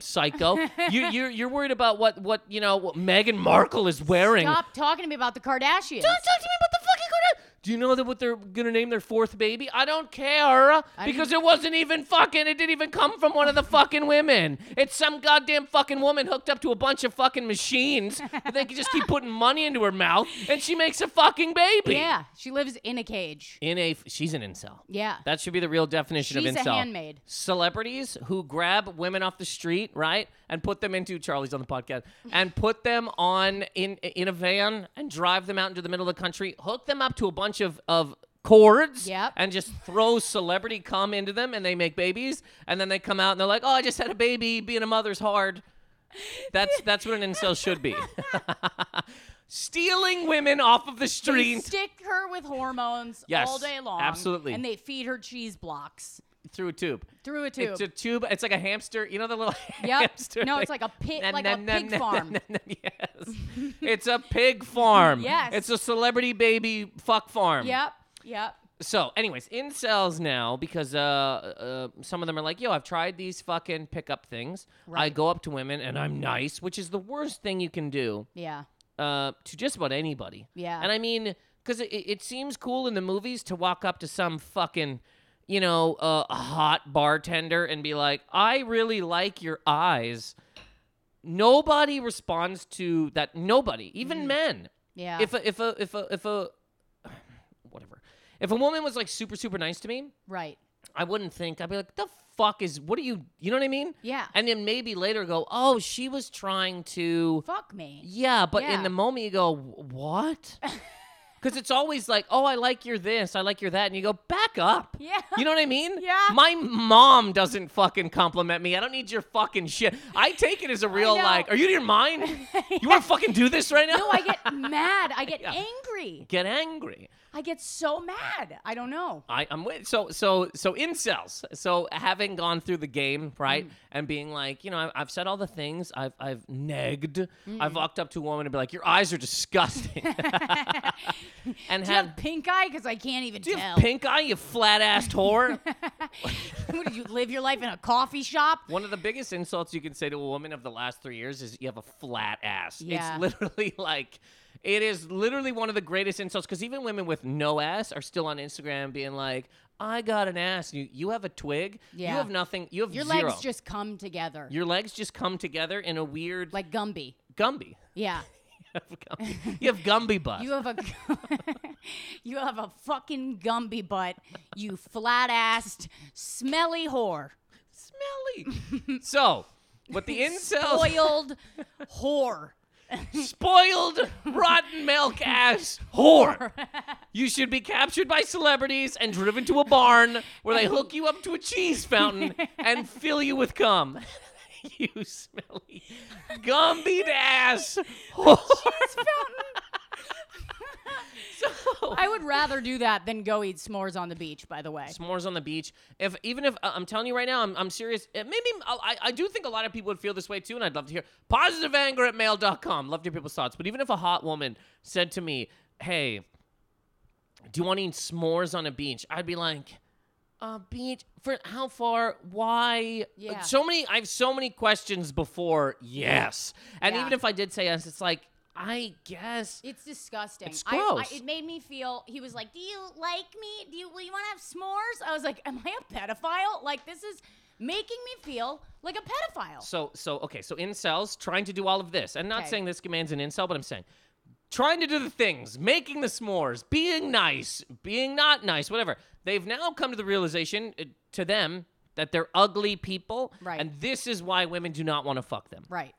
Speaker 1: psycho. you, you're, you're worried about what, what, you know, what Meghan Markle is wearing.
Speaker 2: Stop talking to me about the Kardashians.
Speaker 1: Don't talk to me about the fucking Kardashians. Do you know that what they're gonna name their fourth baby? I don't care because it wasn't even fucking. It didn't even come from one of the fucking women. It's some goddamn fucking woman hooked up to a bunch of fucking machines. that they can just keep putting money into her mouth, and she makes a fucking baby.
Speaker 2: Yeah, she lives in a cage.
Speaker 1: In a, she's an incel.
Speaker 2: Yeah.
Speaker 1: That should be the real definition
Speaker 2: She's
Speaker 1: of
Speaker 2: a
Speaker 1: incel.
Speaker 2: handmaid.
Speaker 1: Celebrities who grab women off the street, right, and put them into Charlie's on the podcast, and put them on in in a van and drive them out into the middle of the country, hook them up to a bunch of of cords,
Speaker 2: Yep.
Speaker 1: and just throw celebrity cum into them, and they make babies, and then they come out and they're like, "Oh, I just had a baby. Being a mother's hard." That's that's what an incel should be. Stealing women off of the
Speaker 2: They
Speaker 1: street
Speaker 2: stick her with hormones
Speaker 1: Yes,
Speaker 2: all day long.
Speaker 1: absolutely.
Speaker 2: And they feed her cheese blocks
Speaker 1: through a tube.
Speaker 2: through a tube.
Speaker 1: It's a tube. It's like a hamster. You know the little
Speaker 2: Yep.
Speaker 1: hamster.
Speaker 2: No,
Speaker 1: thing?
Speaker 2: it's like a pig-
Speaker 1: Nom,
Speaker 2: like a
Speaker 1: nom, nom,
Speaker 2: pig
Speaker 1: nom,
Speaker 2: farm.
Speaker 1: nom, nom, yes, it's a pig farm.
Speaker 2: Yes.
Speaker 1: it's a celebrity baby fuck farm.
Speaker 2: yep. Yep.
Speaker 1: So, anyways, incels now because uh, uh, some of them are like, "Yo, I've tried these fucking pickup things. I
Speaker 2: Right.
Speaker 1: go up to women and I'm nice, which is the worst thing you can do."
Speaker 2: Yeah.
Speaker 1: uh, to just about anybody.
Speaker 2: Yeah.
Speaker 1: And I mean, because it, it seems cool in the movies to walk up to some fucking, you know, uh, hot bartender and be like, I really like your eyes. Nobody responds to that. Nobody, even men.
Speaker 2: Mm-hmm. Yeah.
Speaker 1: If a, if a, if a, if a, whatever. If a woman was like super, super nice to me,
Speaker 2: right.
Speaker 1: I wouldn't think. I'd be like, the fuck is, what are you, you know what I mean?
Speaker 2: Yeah.
Speaker 1: And then maybe later go, oh, she was trying to,
Speaker 2: Fuck me.
Speaker 1: yeah, but
Speaker 2: Yeah.
Speaker 1: in the moment you go, "Wh- what? Because it's always like, oh, I like your this, I like your that. And you go, back up.
Speaker 2: Yeah.
Speaker 1: You know what I mean?
Speaker 2: Yeah.
Speaker 1: My mom doesn't fucking compliment me. I don't need your fucking shit. I take it as a real,
Speaker 2: know.
Speaker 1: like, are you in your mind? You want to fucking do this right now?
Speaker 2: No, Oh, I get mad. I get
Speaker 1: Yeah.
Speaker 2: angry.
Speaker 1: Get angry.
Speaker 2: I get so mad. I don't know.
Speaker 1: I, I'm with so so so incels. So having gone through the game,
Speaker 2: Mm.
Speaker 1: right, and being like, you know, I, I've said all the things. I've I've negged.
Speaker 2: Mm.
Speaker 1: I've walked up to a woman and be like, your eyes are disgusting. and
Speaker 2: Do you have
Speaker 1: have
Speaker 2: pink eye? Because I can't even
Speaker 1: do you
Speaker 2: tell.
Speaker 1: have pink eye, you flat assed whore.
Speaker 2: what, did you live your life in a coffee shop?
Speaker 1: One of the biggest insults you can say to a woman of the last three years is you have a flat ass.
Speaker 2: Yeah.
Speaker 1: It's literally like, it is literally one of the greatest insults because even women with no ass are still on Instagram being like, I got an ass. You you have a twig.
Speaker 2: Yeah.
Speaker 1: You have nothing. You have
Speaker 2: Your
Speaker 1: zero.
Speaker 2: legs just come together
Speaker 1: Your legs just come together in a weird like
Speaker 2: like Gumby.
Speaker 1: Gumby.
Speaker 2: Yeah.
Speaker 1: You have Gumby, you have Gumby butt.
Speaker 2: You have a you have a fucking Gumby butt, you flat assed, smelly whore.
Speaker 1: smelly. so, what the incels
Speaker 2: Spoiled whore.
Speaker 1: spoiled rotten milk ass whore. You should be captured by celebrities and driven to a barn where they hook you up to a cheese fountain and fill you with cum. you smelly Gumby ass whore. so,
Speaker 2: I would rather do that than go eat s'mores on the beach, by the way.
Speaker 1: s'mores on the beach. If even if I- I'm telling you right now, I'm, I'm serious. It maybe I, I do think a lot of people would feel this way too, and I'd love to hear positive anger at mail.com. Love to hear people's thoughts. But even if a hot woman said to me, "Hey, do you want to eat s'mores on a beach?" I'd be like. Uh, beach for how far? Why?
Speaker 2: Yeah.
Speaker 1: So many. I have so many questions before. Yes, and
Speaker 2: Yeah.
Speaker 1: even if I did say yes, it's like I guess
Speaker 2: It's disgusting.
Speaker 1: It's
Speaker 2: I- I-
Speaker 1: gross.
Speaker 2: it made me feel. He was like, "Do you like me? Do you? Will you want to have s'mores?" I was like, "Am I a pedophile? Like this is making me feel like a pedophile."
Speaker 1: So so okay, so incels trying to do all of this. I'm not
Speaker 2: Okay.
Speaker 1: saying this commands an incel, but I'm saying trying to do the things, making the s'mores, being nice, being not nice, whatever. They've now come to the realization uh, to them that they're ugly people,
Speaker 2: Right.
Speaker 1: and this is why women do not want to fuck them.
Speaker 2: right.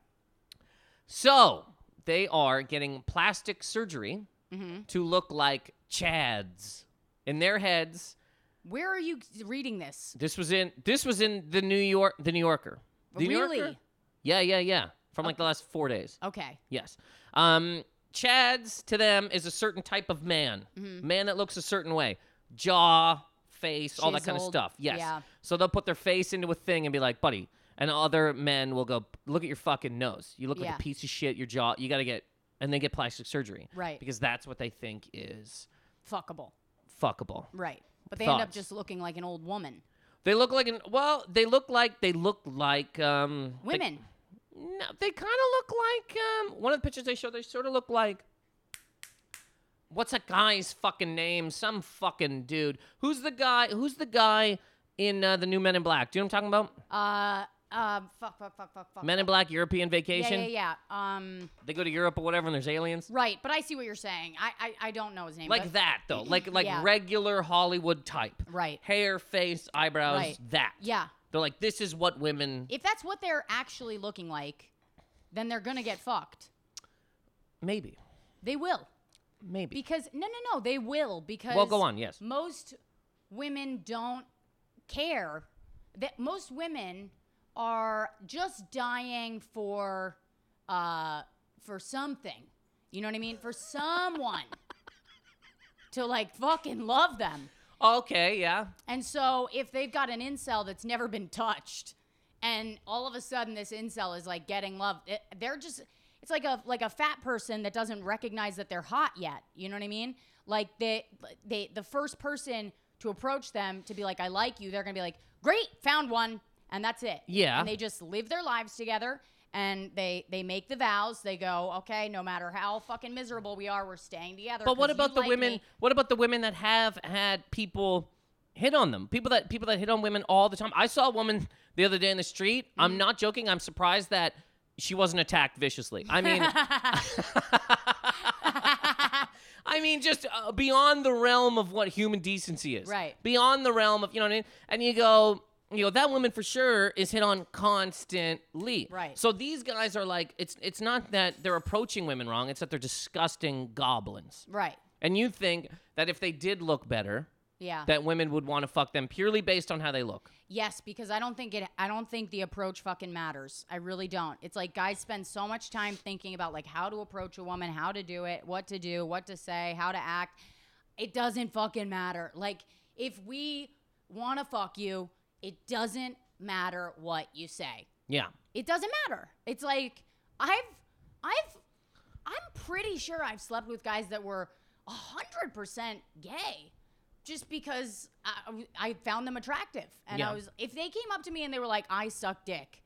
Speaker 1: So they are getting plastic surgery
Speaker 2: Mm-hmm.
Speaker 1: to look like chads in their heads.
Speaker 2: Where are you reading this?
Speaker 1: This was in this was in the New York the New Yorker. The New
Speaker 2: Really?
Speaker 1: Yorker? Yeah, yeah, yeah. From like the last four days.
Speaker 2: Okay.
Speaker 1: Yes. Um, Chad's to them is a certain type of man,
Speaker 2: Mm-hmm.
Speaker 1: man that looks a certain way, jaw, face, all that kind of
Speaker 2: Chiseled.
Speaker 1: stuff. Yes.
Speaker 2: Yeah.
Speaker 1: So they'll put their face into a thing and be like, buddy. And other men will go, look at your fucking nose. You look like
Speaker 2: Yeah.
Speaker 1: a piece of shit. Your jaw. You got to get, and they get plastic surgery.
Speaker 2: Right.
Speaker 1: Because that's what they think is
Speaker 2: Fuckable.
Speaker 1: fuckable.
Speaker 2: Right. But they end up
Speaker 1: Thoughts?
Speaker 2: just looking like an old woman.
Speaker 1: They look like an well. They look like they look like um. they-
Speaker 2: Women.
Speaker 1: No, they kind of look like um. One of the pictures they showed, they sort of look like. What's that guy's fucking name? Some fucking dude. Who's the guy? Who's the guy in uh, the new Men in Black? Do you know what I'm talking about?
Speaker 2: uh. Uh. Fuck. Fuck. Fuck. Fuck. Fuck.
Speaker 1: Men in Black European
Speaker 2: yeah.
Speaker 1: vacation.
Speaker 2: Yeah. Yeah. Um.
Speaker 1: They go to Europe or whatever, and there's aliens.
Speaker 2: Right. But I see what you're saying. I. I, I don't know his name.
Speaker 1: Like
Speaker 2: but-
Speaker 1: that though, like like
Speaker 2: Yeah.
Speaker 1: regular Hollywood type.
Speaker 2: Right.
Speaker 1: Hair, face, eyebrows.
Speaker 2: Right.
Speaker 1: That.
Speaker 2: Yeah.
Speaker 1: They're like, this is what women.
Speaker 2: If that's what they're actually looking like, then they're gonna get fucked.
Speaker 1: Maybe.
Speaker 2: They will.
Speaker 1: Maybe.
Speaker 2: Because no, no, no, they will because
Speaker 1: Well, go on, yes.
Speaker 2: Most women don't care. That most women are just dying for uh for something. You know what I mean? For someone to like fucking love them.
Speaker 1: Okay. Yeah.
Speaker 2: And so if they've got an incel that's never been touched, and all of a sudden this incel is like getting love, it- they're just it's like a like a fat person that doesn't recognize that they're hot yet. You know what I mean? Like they they the first person to approach them to be like I like you, they're gonna be like great, found one, and that's it.
Speaker 1: Yeah.
Speaker 2: And they just live their lives together. And they they make the vows. They go, okay, no matter how fucking miserable we are, we're staying together.
Speaker 1: But what
Speaker 2: 'cause you
Speaker 1: about the
Speaker 2: like
Speaker 1: women?
Speaker 2: me."
Speaker 1: What about the women that have had people hit on them? People that people that hit on women all the time. I saw a woman the other day in the street.
Speaker 2: Mm-hmm.
Speaker 1: I'm not joking. I'm surprised that she wasn't attacked viciously. I mean, I I mean, just uh, beyond the realm of what human decency is.
Speaker 2: Right.
Speaker 1: Beyond the realm of, you know what I mean? And you go, you know, that woman for sure is hit on constantly.
Speaker 2: Right.
Speaker 1: So these guys are like, it's it's not that they're approaching women wrong, it's that they're disgusting goblins.
Speaker 2: Right.
Speaker 1: And you think that if they did look better,
Speaker 2: Yeah.
Speaker 1: that women would want to fuck them purely based on how they look.
Speaker 2: Yes, because I don't think it. I don't think the approach fucking matters. I really don't. It's like guys spend so much time thinking about like how to approach a woman, how to do it, what to do, what to say, how to act. It doesn't fucking matter. Like if we want to fuck you, it doesn't matter what you say.
Speaker 1: Yeah.
Speaker 2: It doesn't matter. It's like I've, I've, I'm pretty sure I've slept with guys that were hundred percent gay, just because I, I found them attractive, and
Speaker 1: Yeah.
Speaker 2: I was if they came up to me and they were like, "I suck dick,"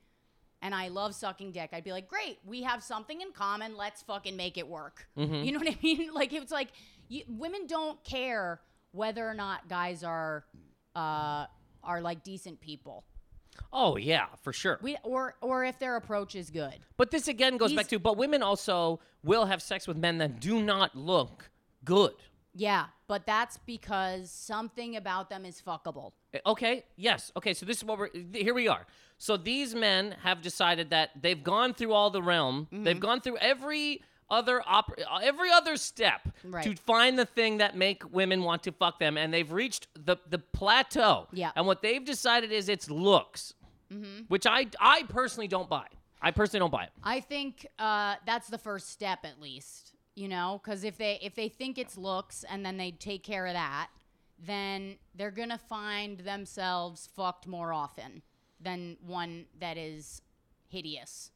Speaker 2: and I love sucking dick, I'd be like, "Great, we have something in common. Let's fucking make it work." You know what I mean? Like it's like you, women don't care whether or not guys are, uh, are like decent people.
Speaker 1: Oh yeah, for sure.
Speaker 2: We, or or if their approach is good.
Speaker 1: But this again goes back
Speaker 2: He's-
Speaker 1: to but women also will have sex with men that do not look good.
Speaker 2: Yeah, but that's because something about them is fuckable.
Speaker 1: Okay, yes. Okay, so this is what we're here we are. So these men have decided that they've gone through all the realm.
Speaker 2: Mm-hmm.
Speaker 1: They've gone through every other op- every other step
Speaker 2: Right.
Speaker 1: to find the thing that make women want to fuck them and they've reached the the plateau.
Speaker 2: Yeah. Mm-hmm.
Speaker 1: And what they've decided is it's looks. Which I I personally don't buy. I personally don't buy it.
Speaker 2: I think uh, that's the first step, at least. You know, because if they if they think it's looks and then they take care of that, then they're gonna find themselves fucked more often than one that is hideous.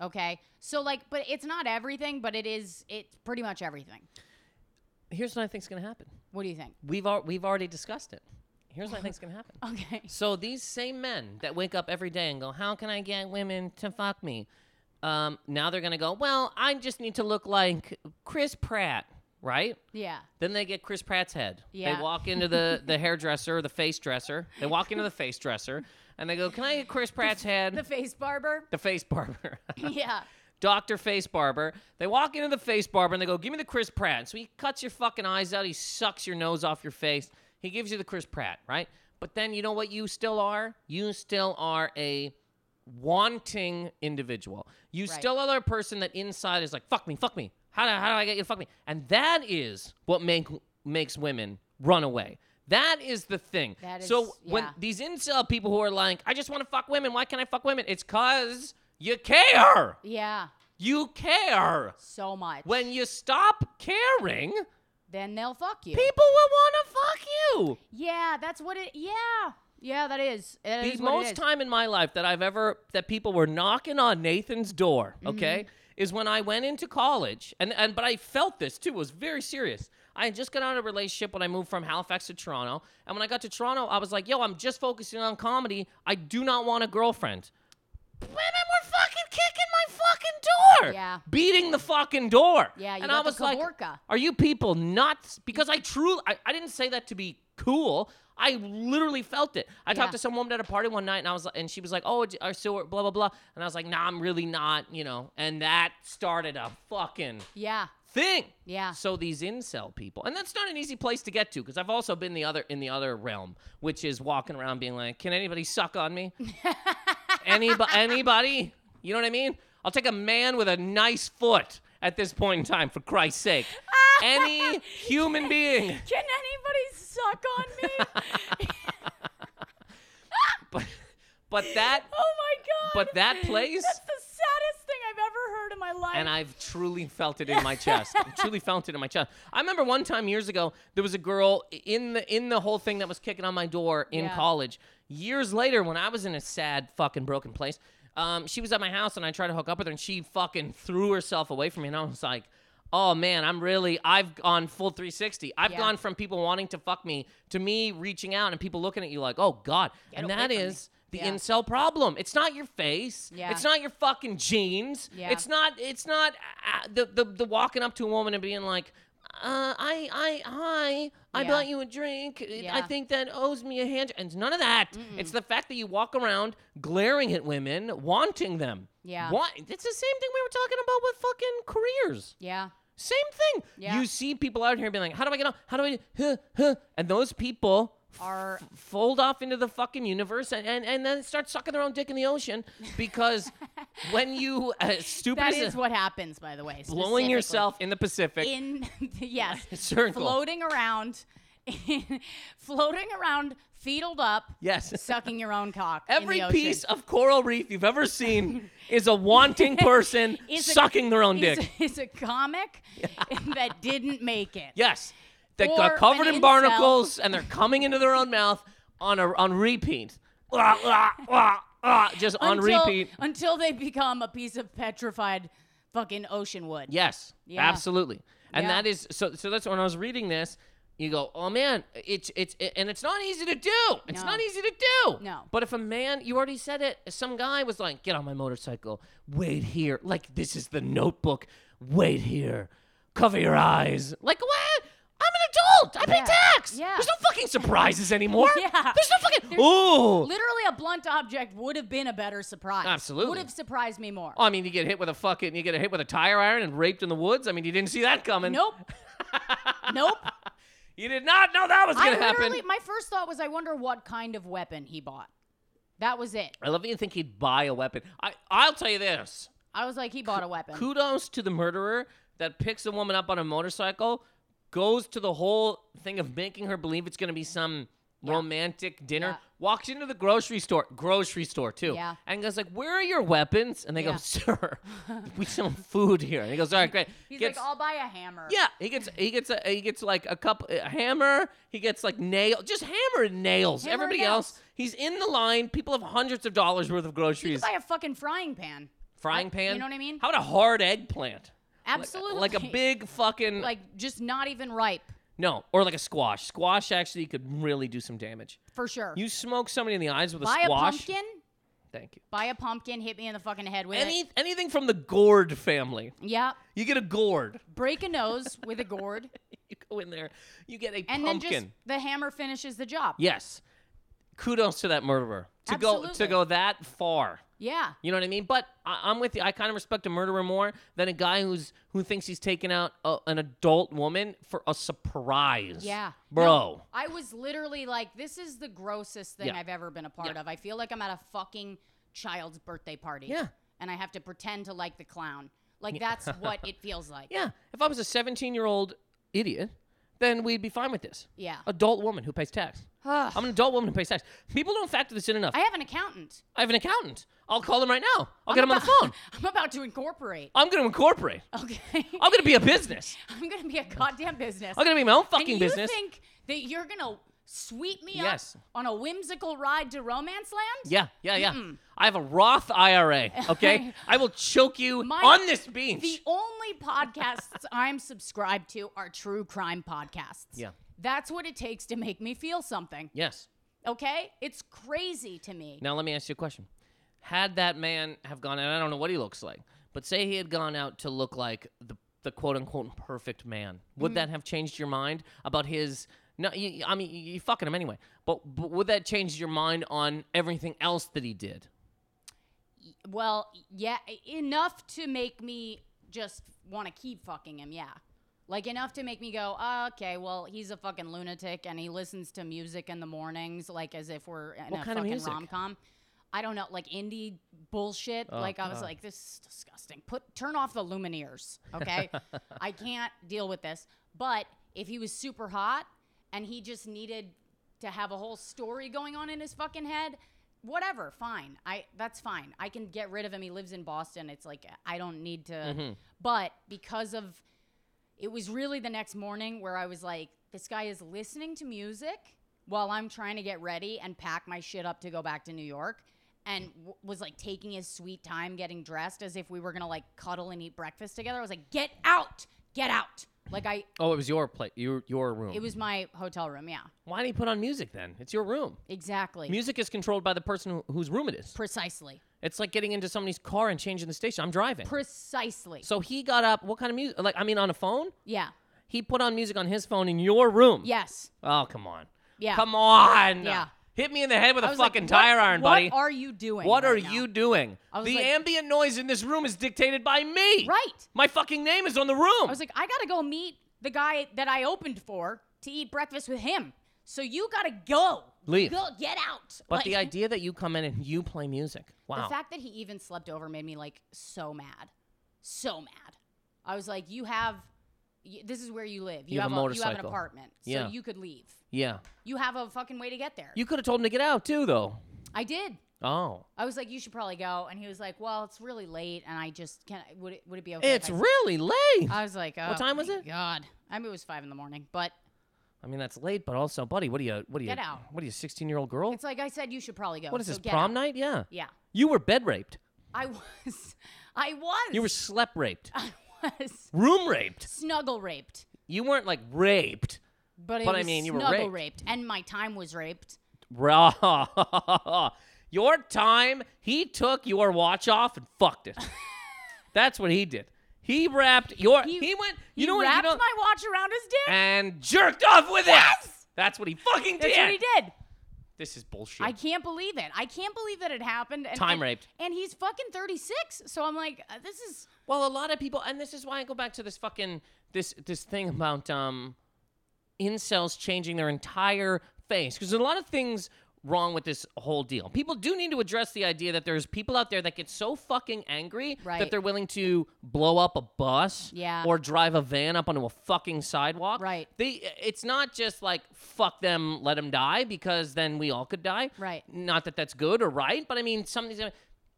Speaker 2: Okay, so like, but it's not everything, but it is. It's pretty much everything.
Speaker 1: Here's what I think's going to happen.
Speaker 2: What do you think?
Speaker 1: We've al- we've already discussed it. Here's what I think's going to happen.
Speaker 2: Okay.
Speaker 1: So these same men that wake up every day and go, "How can I get women to fuck me?" Um, now they're gonna go, "Well, I just need to look like Chris Pratt, right?"
Speaker 2: Yeah.
Speaker 1: Then they get Chris Pratt's head.
Speaker 2: Yeah.
Speaker 1: They walk into the the hairdresser, or the face dresser. They walk into the face dresser, and they go, "Can I get Chris Pratt's head?"
Speaker 2: The face barber.
Speaker 1: the face barber.
Speaker 2: yeah.
Speaker 1: Dr. Face Barber. They walk into the face barber and they go, Give me the Chris Pratt. So he cuts your fucking eyes out. He sucks your nose off your face. He gives you the Chris Pratt, right? But then you know what you still are? You still are a wanting individual. You still are a person that inside is like, Fuck me, fuck me. How do, how do I get you to fuck me? And that is what make, makes women run away. That is the thing.
Speaker 2: That
Speaker 1: so
Speaker 2: is-
Speaker 1: when
Speaker 2: yeah.
Speaker 1: these incel people who are like, I just want to fuck women. Why can't I fuck women? It's cause you care.
Speaker 2: Yeah.
Speaker 1: You care.
Speaker 2: So much.
Speaker 1: When you stop caring,
Speaker 2: then they'll fuck you.
Speaker 1: people will want to fuck you.
Speaker 2: Yeah, that's what it. Yeah, yeah, that is. That
Speaker 1: The
Speaker 2: is what it
Speaker 1: most
Speaker 2: is.
Speaker 1: time in my life that I've ever that people were knocking on Nathan's door,
Speaker 2: Mm-hmm.
Speaker 1: okay, is when I went into college, and and but I felt this too. It was very serious. I had just got out of a relationship when I moved from Halifax to Toronto, and when I got to Toronto, I was like, "Yo, I'm just focusing on comedy. I do not want a girlfriend." Women were fucking kicking my fucking door,
Speaker 2: Yeah.
Speaker 1: beating the fucking door.
Speaker 2: Yeah, you
Speaker 1: and I
Speaker 2: got the
Speaker 1: was like,
Speaker 2: Kavorka.
Speaker 1: "Are you people nuts?" Because I truly, I, I didn't say that to be cool. I literally felt it. I
Speaker 2: Yeah.
Speaker 1: talked to some woman at a party one night, and I was, and she was like, "Oh, are so blah blah blah," and I was like, "Nah, I'm really not," you know. And that started a fucking
Speaker 2: Yeah,
Speaker 1: thing.
Speaker 2: yeah,
Speaker 1: So these incel people, and that's not an easy place to get to, because I've also been the other in the other realm, which is walking around being like, "Can anybody suck on me? anybody? Anybody? You know what I mean? I'll take a man with a nice foot at this point in time, for Christ's sake. Any human being."
Speaker 2: Can anybody suck on me?
Speaker 1: But, but that
Speaker 2: oh my god!
Speaker 1: But that place-
Speaker 2: That's the saddest thing I've ever heard in my life.
Speaker 1: and I've truly felt it in my chest. I truly felt it in my chest. I remember one time years ago, there was a girl in the in the whole thing that was kicking on my door in
Speaker 2: Yeah.
Speaker 1: college. Years later, when I was in a sad, fucking broken place, um, she was at my house and I tried to hook up with her, and she fucking threw herself away from me, and I was like. Oh man, I'm really I've gone full 360. I've
Speaker 2: Yeah.
Speaker 1: gone from people wanting to fuck me to me reaching out and people looking at you like, "Oh god." and
Speaker 2: away
Speaker 1: that
Speaker 2: from me.
Speaker 1: is the
Speaker 2: Yeah.
Speaker 1: incel problem. It's not your face.
Speaker 2: Yeah.
Speaker 1: It's not your fucking jeans.
Speaker 2: Yeah.
Speaker 1: It's not. It's not uh, the, the the walking up to a woman and being like, uh, I I hi, I
Speaker 2: Yeah.
Speaker 1: bought you a drink. It- I
Speaker 2: Yeah.
Speaker 1: think that owes me a hand. And it's none of that. It's the fact that you walk around glaring at women, wanting them.
Speaker 2: Yeah.
Speaker 1: What? It's the same thing we were talking about with fucking careers.
Speaker 2: yeah,
Speaker 1: Same thing.
Speaker 2: Yeah.
Speaker 1: You see people out here being like, how do I get on? How do I, huh, huh? And those people
Speaker 2: Are-
Speaker 1: f- fold off into the fucking universe and, and, and then start sucking their own dick in the ocean because when you, as stupid
Speaker 2: That
Speaker 1: as
Speaker 2: is what happens, by the way.
Speaker 1: blowing
Speaker 2: specifically.
Speaker 1: yourself in the Pacific,
Speaker 2: in the, yes,
Speaker 1: circle.
Speaker 2: floating around, floating around, fetaled up,
Speaker 1: Yes.
Speaker 2: sucking your own cock. in
Speaker 1: Every
Speaker 2: the ocean.
Speaker 1: piece of coral reef you've ever seen is a wanting person
Speaker 2: Is a-
Speaker 1: sucking their own
Speaker 2: is,
Speaker 1: dick.
Speaker 2: is a comic that didn't make it.
Speaker 1: Yes. They
Speaker 2: Or
Speaker 1: got covered
Speaker 2: an
Speaker 1: in
Speaker 2: incel.
Speaker 1: barnacles and they're coming into their own mouth on a on repeat. Wah, wah, wah, wah, just on
Speaker 2: until,
Speaker 1: repeat.
Speaker 2: until they become a piece of petrified fucking ocean wood.
Speaker 1: Yes.
Speaker 2: Yeah.
Speaker 1: Absolutely. And
Speaker 2: Yeah.
Speaker 1: that is so so that's when I was reading this, you go, "Oh man, it's it's it, and it's not easy to do. It's
Speaker 2: No.
Speaker 1: not easy to do."
Speaker 2: No.
Speaker 1: But if a man, you already said it, some guy was like, "Get on my motorcycle. Wait here. Like this is the notebook. Wait here. Cover your eyes." Like, "What? I'm an adult. I
Speaker 2: Yeah.
Speaker 1: pay tax.
Speaker 2: Yeah.
Speaker 1: There's no fucking surprises anymore.
Speaker 2: Yeah.
Speaker 1: There's no fucking ooh.
Speaker 2: Literally, a blunt object would have been a better surprise.
Speaker 1: Absolutely.
Speaker 2: would have surprised me more.
Speaker 1: I mean, you get hit with a fucking, you get hit with a tire iron and raped in the woods. I mean, you didn't see that coming.
Speaker 2: nope. nope.
Speaker 1: You did not know that was
Speaker 2: I
Speaker 1: gonna happen.
Speaker 2: literally, my first thought was, I wonder what kind of weapon he bought. That was it.
Speaker 1: I love that you think he'd buy a weapon. I, I'll tell you this.
Speaker 2: I was like, he bought a weapon.
Speaker 1: Kudos to the murderer that picks a woman up on a motorcycle, goes to the whole thing of making her believe it's going to be some romantic dinner,
Speaker 2: Yeah.
Speaker 1: walks into the grocery store, grocery store too,
Speaker 2: Yeah.
Speaker 1: and goes like, "Where are your weapons?" And they
Speaker 2: Yeah.
Speaker 1: go, "Sir, we sell food here." And he goes, "All right, great."
Speaker 2: He's
Speaker 1: Gets-
Speaker 2: like, "Oh." I'll buy a hammer.
Speaker 1: yeah, he gets he gets a, he gets like a couple a hammer. He gets like nail, just hammer and nails.
Speaker 2: Hammer and
Speaker 1: Everybody
Speaker 2: nails.
Speaker 1: else, he's in the line. People have hundreds of dollars worth of
Speaker 2: You
Speaker 1: groceries.
Speaker 2: could buy a fucking frying pan.
Speaker 1: frying
Speaker 2: I-
Speaker 1: pan.
Speaker 2: you know what I mean?
Speaker 1: How about a hard eggplant? Like-
Speaker 2: Absolutely.
Speaker 1: Like, a big fucking like
Speaker 2: like just not even ripe
Speaker 1: no, or like a squash. Squash actually could really do some damage.
Speaker 2: for sure.
Speaker 1: You smoke somebody in the eyes with a
Speaker 2: buy a
Speaker 1: squash.
Speaker 2: pumpkin.
Speaker 1: Thank you.
Speaker 2: Buy a pumpkin. Hit me in the fucking head with it.
Speaker 1: Any anything from the gourd family.
Speaker 2: Yeah.
Speaker 1: You get a gourd.
Speaker 2: Break a nose with a gourd,
Speaker 1: You go in there. You get a
Speaker 2: and
Speaker 1: pumpkin.
Speaker 2: then just the hammer finishes the job.
Speaker 1: yes. Kudos to that murderer to go to
Speaker 2: Absolutely.
Speaker 1: go that far.
Speaker 2: Yeah.
Speaker 1: You know what I mean? But I, I'm with you. I kind of respect a murderer more than a guy who's who thinks he's taking out a, an adult woman for a surprise.
Speaker 2: Yeah.
Speaker 1: bro.
Speaker 2: No, I was literally like, this is the grossest thing
Speaker 1: Yeah.
Speaker 2: I've ever been a part
Speaker 1: Yeah.
Speaker 2: of. I feel like I'm at a fucking child's birthday party.
Speaker 1: Yeah.
Speaker 2: And I have to pretend to like the clown. Like that's what it feels like.
Speaker 1: Yeah. If I was a 17 year old idiot, then we'd be fine with this.
Speaker 2: Yeah.
Speaker 1: Adult woman who pays tax.
Speaker 2: Ugh.
Speaker 1: I'm an adult woman who pays tax. People don't factor this in enough.
Speaker 2: I
Speaker 1: I,
Speaker 2: have an accountant.
Speaker 1: have an accountant. I'll call him right now. I'll get him on the phone. Oh.
Speaker 2: I'm about to incorporate.
Speaker 1: I'm going to incorporate.
Speaker 2: Okay.
Speaker 1: I'm going to be a business.
Speaker 2: I'm gonna be a goddamn business.
Speaker 1: I'm going to be my own fucking
Speaker 2: and you
Speaker 1: business.
Speaker 2: think that you're gonna sweep me
Speaker 1: Yes.
Speaker 2: up on a whimsical ride to romance land?
Speaker 1: yeah, yeah, yeah. I have a Roth IRA, okay? I will choke you
Speaker 2: My-
Speaker 1: on this beach.
Speaker 2: The only podcasts I'm subscribed to are true crime podcasts.
Speaker 1: Yeah.
Speaker 2: That's what it takes to make me feel something.
Speaker 1: yes.
Speaker 2: Okay? It's crazy to me.
Speaker 1: Now let me ask you a question. Had that man have gone out, I don't know what he looks like, but say he had gone out to look like the the quote unquote perfect man, would
Speaker 2: Mm.
Speaker 1: that have changed your mind about his? No, you, you- I mean you you fucking him anyway. But, but would that change your mind on everything else that he did?
Speaker 2: Well, yeah, e- enough to make me just want to keep fucking him, yeah. Like enough to make me go, "Oh, okay, well, he's a fucking lunatic and he listens to music in the mornings, like as if we're in
Speaker 1: What
Speaker 2: a
Speaker 1: kind of
Speaker 2: fucking
Speaker 1: music?
Speaker 2: rom com. I don't know, like indie bullshit.
Speaker 1: Oh,
Speaker 2: like I was like, this is disgusting. Put turn off the Lumineers, okay? I can't deal with this. But if he was super hot and he just needed to have a whole story going on in his fucking head, whatever, fine. I that's fine. I can get rid of him. He lives in Boston. It's like I don't need to.
Speaker 1: Mm-hmm.
Speaker 2: But because of it was really the next morning where I was like, this guy is listening to music while I'm trying to get ready and pack my shit up to go back to New York and w- was like taking his sweet time getting dressed as if we were going to like cuddle and eat breakfast together. I was like, get out, get out. Like I,
Speaker 1: Oh, it was your play, your your room.
Speaker 2: it was my hotel room. Yeah,
Speaker 1: Why did he put on music then? It's your room.
Speaker 2: exactly.
Speaker 1: Music is controlled by the person who, whose room it is.
Speaker 2: Precisely.
Speaker 1: It's like getting into somebody's car and changing the station. I'm driving.
Speaker 2: Precisely.
Speaker 1: so he got up. What kind of music? Like I mean, on a phone.
Speaker 2: yeah.
Speaker 1: He put on music on his phone in your room.
Speaker 2: Yes.
Speaker 1: Oh, come on.
Speaker 2: Yeah.
Speaker 1: Come on.
Speaker 2: Yeah.
Speaker 1: Hit me in the head with
Speaker 2: I
Speaker 1: a
Speaker 2: was like,
Speaker 1: fucking
Speaker 2: "What-
Speaker 1: tire iron, buddy.
Speaker 2: What are you doing?
Speaker 1: What
Speaker 2: right
Speaker 1: are
Speaker 2: now?"
Speaker 1: you doing?
Speaker 2: I was
Speaker 1: The
Speaker 2: like-
Speaker 1: ambient noise in this room is dictated by me.
Speaker 2: Right.
Speaker 1: My fucking name is on the room.
Speaker 2: I was like, I gotta go meet the guy that I opened for to eat breakfast with him. So you gotta go.
Speaker 1: Leave.
Speaker 2: Go get out.
Speaker 1: but
Speaker 2: Like,
Speaker 1: the idea that you come in and you play music. Wow.
Speaker 2: The fact that he even slept over made me like so mad, so mad. I was like, you have, y- this is where you live. You,
Speaker 1: You have
Speaker 2: have,
Speaker 1: a
Speaker 2: you have an
Speaker 1: motorcycle.
Speaker 2: apartment, so
Speaker 1: Yeah.
Speaker 2: you could leave.
Speaker 1: yeah.
Speaker 2: You have a fucking way to get there.
Speaker 1: You could have told him to get out too, though.
Speaker 2: I did.
Speaker 1: Oh.
Speaker 2: I was like, you should probably go, and he was like, well, it's really late, and I just can't. Would it would it be okay? if
Speaker 1: It's
Speaker 2: I-
Speaker 1: really late.
Speaker 2: I was like, oh,
Speaker 1: time was
Speaker 2: my
Speaker 1: it?
Speaker 2: God, I mean, it was five in the morning, but
Speaker 1: I mean, that's late, but also, buddy, what are you? What are you?
Speaker 2: Get out.
Speaker 1: What are you, sixteen-year-old girl?
Speaker 2: it's like I said, you should probably go.
Speaker 1: what is
Speaker 2: so
Speaker 1: this
Speaker 2: get
Speaker 1: prom
Speaker 2: out.
Speaker 1: night? Yeah.
Speaker 2: Yeah,
Speaker 1: You were bed raped.
Speaker 2: I was, I was.
Speaker 1: You were slept raped.
Speaker 2: I was
Speaker 1: Room raped.
Speaker 2: snuggle raped.
Speaker 1: You weren't like raped.
Speaker 2: But, it
Speaker 1: But I
Speaker 2: was
Speaker 1: mean, you were
Speaker 2: snuggle
Speaker 1: raped.
Speaker 2: raped, and my time was raped.
Speaker 1: Raw. Your time, he took your watch off and fucked it. That's what he did. He wrapped your. He,
Speaker 2: He-
Speaker 1: went.
Speaker 2: He
Speaker 1: You know what? You
Speaker 2: wrapped
Speaker 1: know,
Speaker 2: my watch around his dick.
Speaker 1: and jerked off with it. That's what he fucking did.
Speaker 2: That's what he did.
Speaker 1: This is bullshit.
Speaker 2: I can't believe it. I can't believe that it happened. And,
Speaker 1: Time
Speaker 2: and-
Speaker 1: raped.
Speaker 2: And he's fucking 36. So I'm like, uh, this is
Speaker 1: well, a lot of people, and this is why I go back to this fucking this this thing about um, incels changing their entire face because there's a lot of things wrong with this whole deal. People do need to address the idea that there's people out there that get so fucking angry that
Speaker 2: Right.
Speaker 1: they're willing to blow up a bus
Speaker 2: Yeah.
Speaker 1: or drive a van up onto a fucking sidewalk.
Speaker 2: Right.
Speaker 1: They it's not just like fuck them, let them die because then we all could die.
Speaker 2: Right.
Speaker 1: Not that that's good or right, but I mean somebody's gonna,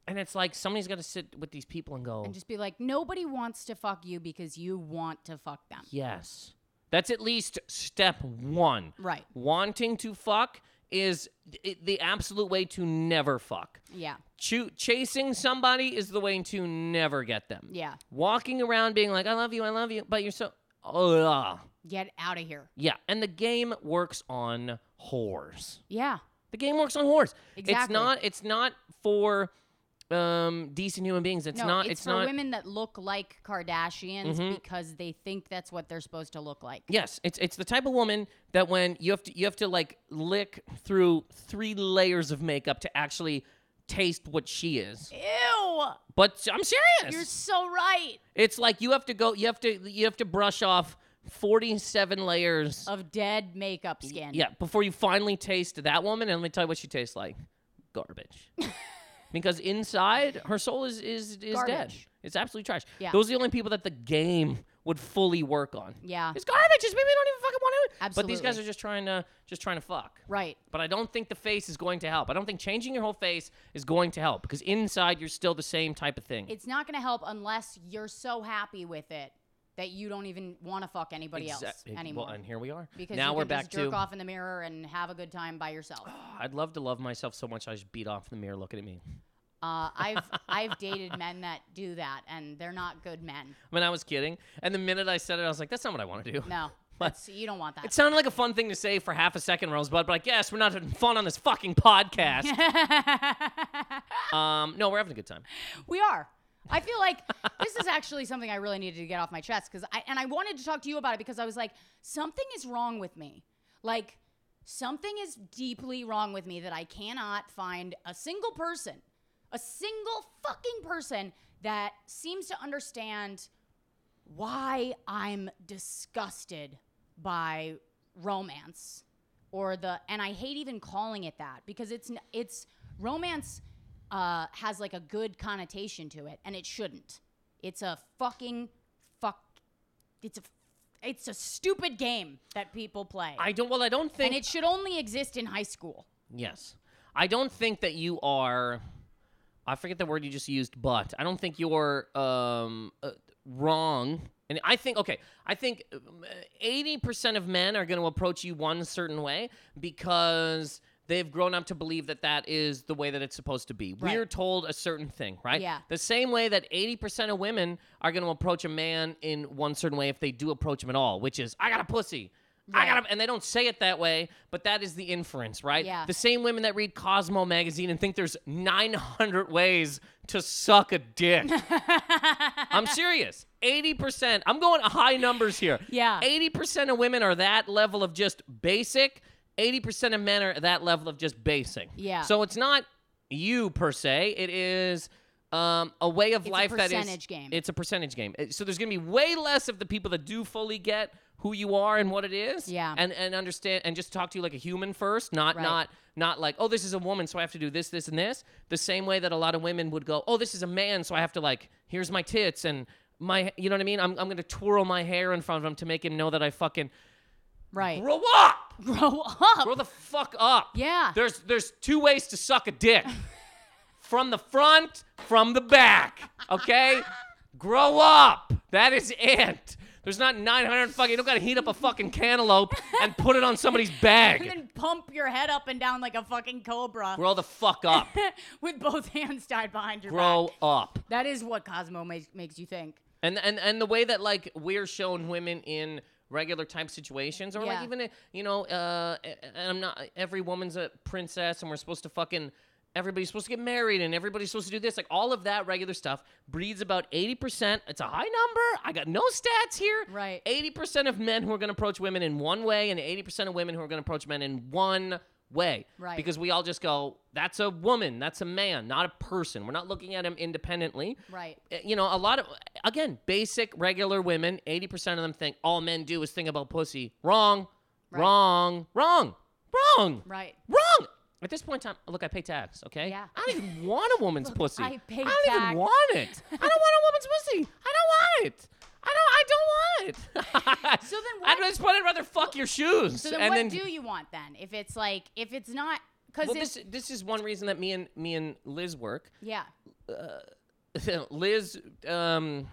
Speaker 1: and it's like somebody's got to sit with these people and go,
Speaker 2: and just be like, nobody wants to fuck you because you want to fuck them.
Speaker 1: yes, that's at least step one.
Speaker 2: Right.
Speaker 1: Wanting to fuck is i- the absolute way to never fuck.
Speaker 2: Yeah.
Speaker 1: Chu chasing somebody is the way to never get them.
Speaker 2: Yeah.
Speaker 1: Walking around being like, I love you, I love you, but you're so, ugh.
Speaker 2: Get out of here.
Speaker 1: Yeah, and the game works on whores.
Speaker 2: Yeah.
Speaker 1: The game works on whores. It's
Speaker 2: Exactly.
Speaker 1: not. It's not for um, decent human beings. It's
Speaker 2: no,
Speaker 1: not.
Speaker 2: it's,
Speaker 1: It's,
Speaker 2: for
Speaker 1: not. Mm-hmm.
Speaker 2: women that look like Kardashians because they think that's what they're supposed to look like.
Speaker 1: Yes, it's it's the type of woman that when you have to you have to like lick through three layers of makeup to actually taste what she is.
Speaker 2: Ew.
Speaker 1: But I'm serious.
Speaker 2: You're so right.
Speaker 1: it's like you have to go. You have to you have to brush off forty seven layers.
Speaker 2: Of dead makeup skin.
Speaker 1: Yeah, before you finally taste that woman, and let me tell you what she tastes like: garbage. because inside, her soul is is is dead.
Speaker 2: Garbage.
Speaker 1: It's absolutely trash.
Speaker 2: Yeah.
Speaker 1: Those are the only people that the game would fully work on.
Speaker 2: Yeah.
Speaker 1: It's garbage. It's maybe don't even fucking want to. But these guys
Speaker 2: Absolutely.
Speaker 1: are just trying to just trying to fuck.
Speaker 2: Right.
Speaker 1: But I don't think the face is going to help. I don't think changing your whole face is going to help because inside you're still the same type of thing.
Speaker 2: it's not going to help unless you're so happy with it that you don't even want to fuck anybody else
Speaker 1: Exact-
Speaker 2: anymore.
Speaker 1: Well, and here we are.
Speaker 2: because
Speaker 1: now
Speaker 2: you
Speaker 1: we're
Speaker 2: can
Speaker 1: back
Speaker 2: just jerk
Speaker 1: to.
Speaker 2: off in the mirror and have a good time by yourself. Uh,
Speaker 1: I'd love to love myself so much I just beat off in the mirror looking at me.
Speaker 2: Uh, I've I've dated men that do that, and they're not good men.
Speaker 1: I mean, I was kidding. And the minute I said it, I was like, that's not what I want to do.
Speaker 2: No, that's, you don't want that.
Speaker 1: It sounded like a fun thing to say for half a second, Rosebud, but I guess we're not having fun on this fucking podcast. um, no, we're having a good time.
Speaker 2: we are. I feel like this is actually something I really needed to get off my chest because I and I wanted to talk to you about it because I was like, something is wrong with me. Like something is deeply wrong with me that I cannot find a single person, a single fucking person that seems to understand why I'm disgusted by romance or the and I hate even calling it that because it's n- it's romance uh, has like a good connotation to it and it shouldn't. It's a fucking fuck. It's a it's a stupid game that people play,
Speaker 1: I don't. Well, I don't think.
Speaker 2: and it should only exist in high school.
Speaker 1: yes, I don't think that you are. I forget the word you just used, but I don't think you're um, uh, wrong. And I think okay, I think uh, eighty percent of men are going to approach you one certain way because they've grown up to believe that that is the way that it's supposed to be.
Speaker 2: Right.
Speaker 1: We're told a certain thing, right?
Speaker 2: Yeah.
Speaker 1: The same way that 80% of women are going to approach a man in one certain way if they do approach him at all, which is, I got a pussy. I got a, and they don't say it that way, but that is the inference, right?
Speaker 2: Yeah.
Speaker 1: The same women that read Cosmo magazine and think there's 900 ways to suck a dick. I'm serious. 80%. I'm going high numbers here.
Speaker 2: Yeah.
Speaker 1: 80% of women are that level of just basic 80% of men are at that level of just basing.
Speaker 2: Yeah.
Speaker 1: So it's not you per se, it is um, a way of
Speaker 2: It's a
Speaker 1: life that is
Speaker 2: percentage game.
Speaker 1: It's a percentage game. Uh, So there's going to be way less of the people that do fully get who you are and what it is.
Speaker 2: Yeah.
Speaker 1: And and understand and just talk to you like a human first, not
Speaker 2: Right.
Speaker 1: not not like, "Oh, this is a woman, so I have to do this this and this." The same way that a lot of women would go, "Oh, this is a man, so I have to like here's my tits and my you know what I mean? I'm I'm going to twirl my hair in front of him to make him know that I fucking
Speaker 2: right.
Speaker 1: grow up."
Speaker 2: Grow up.
Speaker 1: Grow the fuck up.
Speaker 2: Yeah.
Speaker 1: There's there's two ways to suck a dick. from the front, from the back. Okay? Grow up. That is it. There's not 900 fucking. You don't gotta heat up a fucking cantaloupe and put it on somebody's
Speaker 2: and
Speaker 1: bag.
Speaker 2: then pump your head up and down like a fucking cobra
Speaker 1: Grow the fuck up.
Speaker 2: with both hands tied behind your back.
Speaker 1: Grow up.
Speaker 2: That is what Cosmo makes makes you think.
Speaker 1: And and and the way that like we're shown women in regular type situations, or
Speaker 2: Yeah.
Speaker 1: like even eh, you know, uh, and I'm not every woman's a princess, and we're supposed to fucking everybody's supposed to get married, and everybody's supposed to do this, like all of that regular stuff breeds about eighty percent. It's a high number. I got no stats here.
Speaker 2: Right.
Speaker 1: Eighty percent of men who are going to approach women in one way, and eighty percent of women who are going to approach men in one way.
Speaker 2: Right.
Speaker 1: Because we all just go, that's a woman, that's a man, not a person. We're not looking at him independently
Speaker 2: Right.
Speaker 1: uh, you know, a lot of again, basic regular women, 80% of them think all men do is think about pussy. Wrong.
Speaker 2: Right.
Speaker 1: Wrong. Wrong. Wrong.
Speaker 2: Right.
Speaker 1: Wrong. At this point in time, look, I pay tax, okay?
Speaker 2: Yeah.
Speaker 1: I don't even want a woman's pussy.
Speaker 2: I pay
Speaker 1: I don't
Speaker 2: tax.
Speaker 1: even want it. I don't want a woman's pussy. I don't want it. I don't I don't want it.
Speaker 2: So then what-
Speaker 1: I'd just I'd rather fuck your shoes.
Speaker 2: So then
Speaker 1: and
Speaker 2: what
Speaker 1: then
Speaker 2: do you want then? If it's like if it's not because
Speaker 1: Well,
Speaker 2: it's
Speaker 1: this this is one reason that me and me and Liz work.
Speaker 2: yeah.
Speaker 1: Liz um,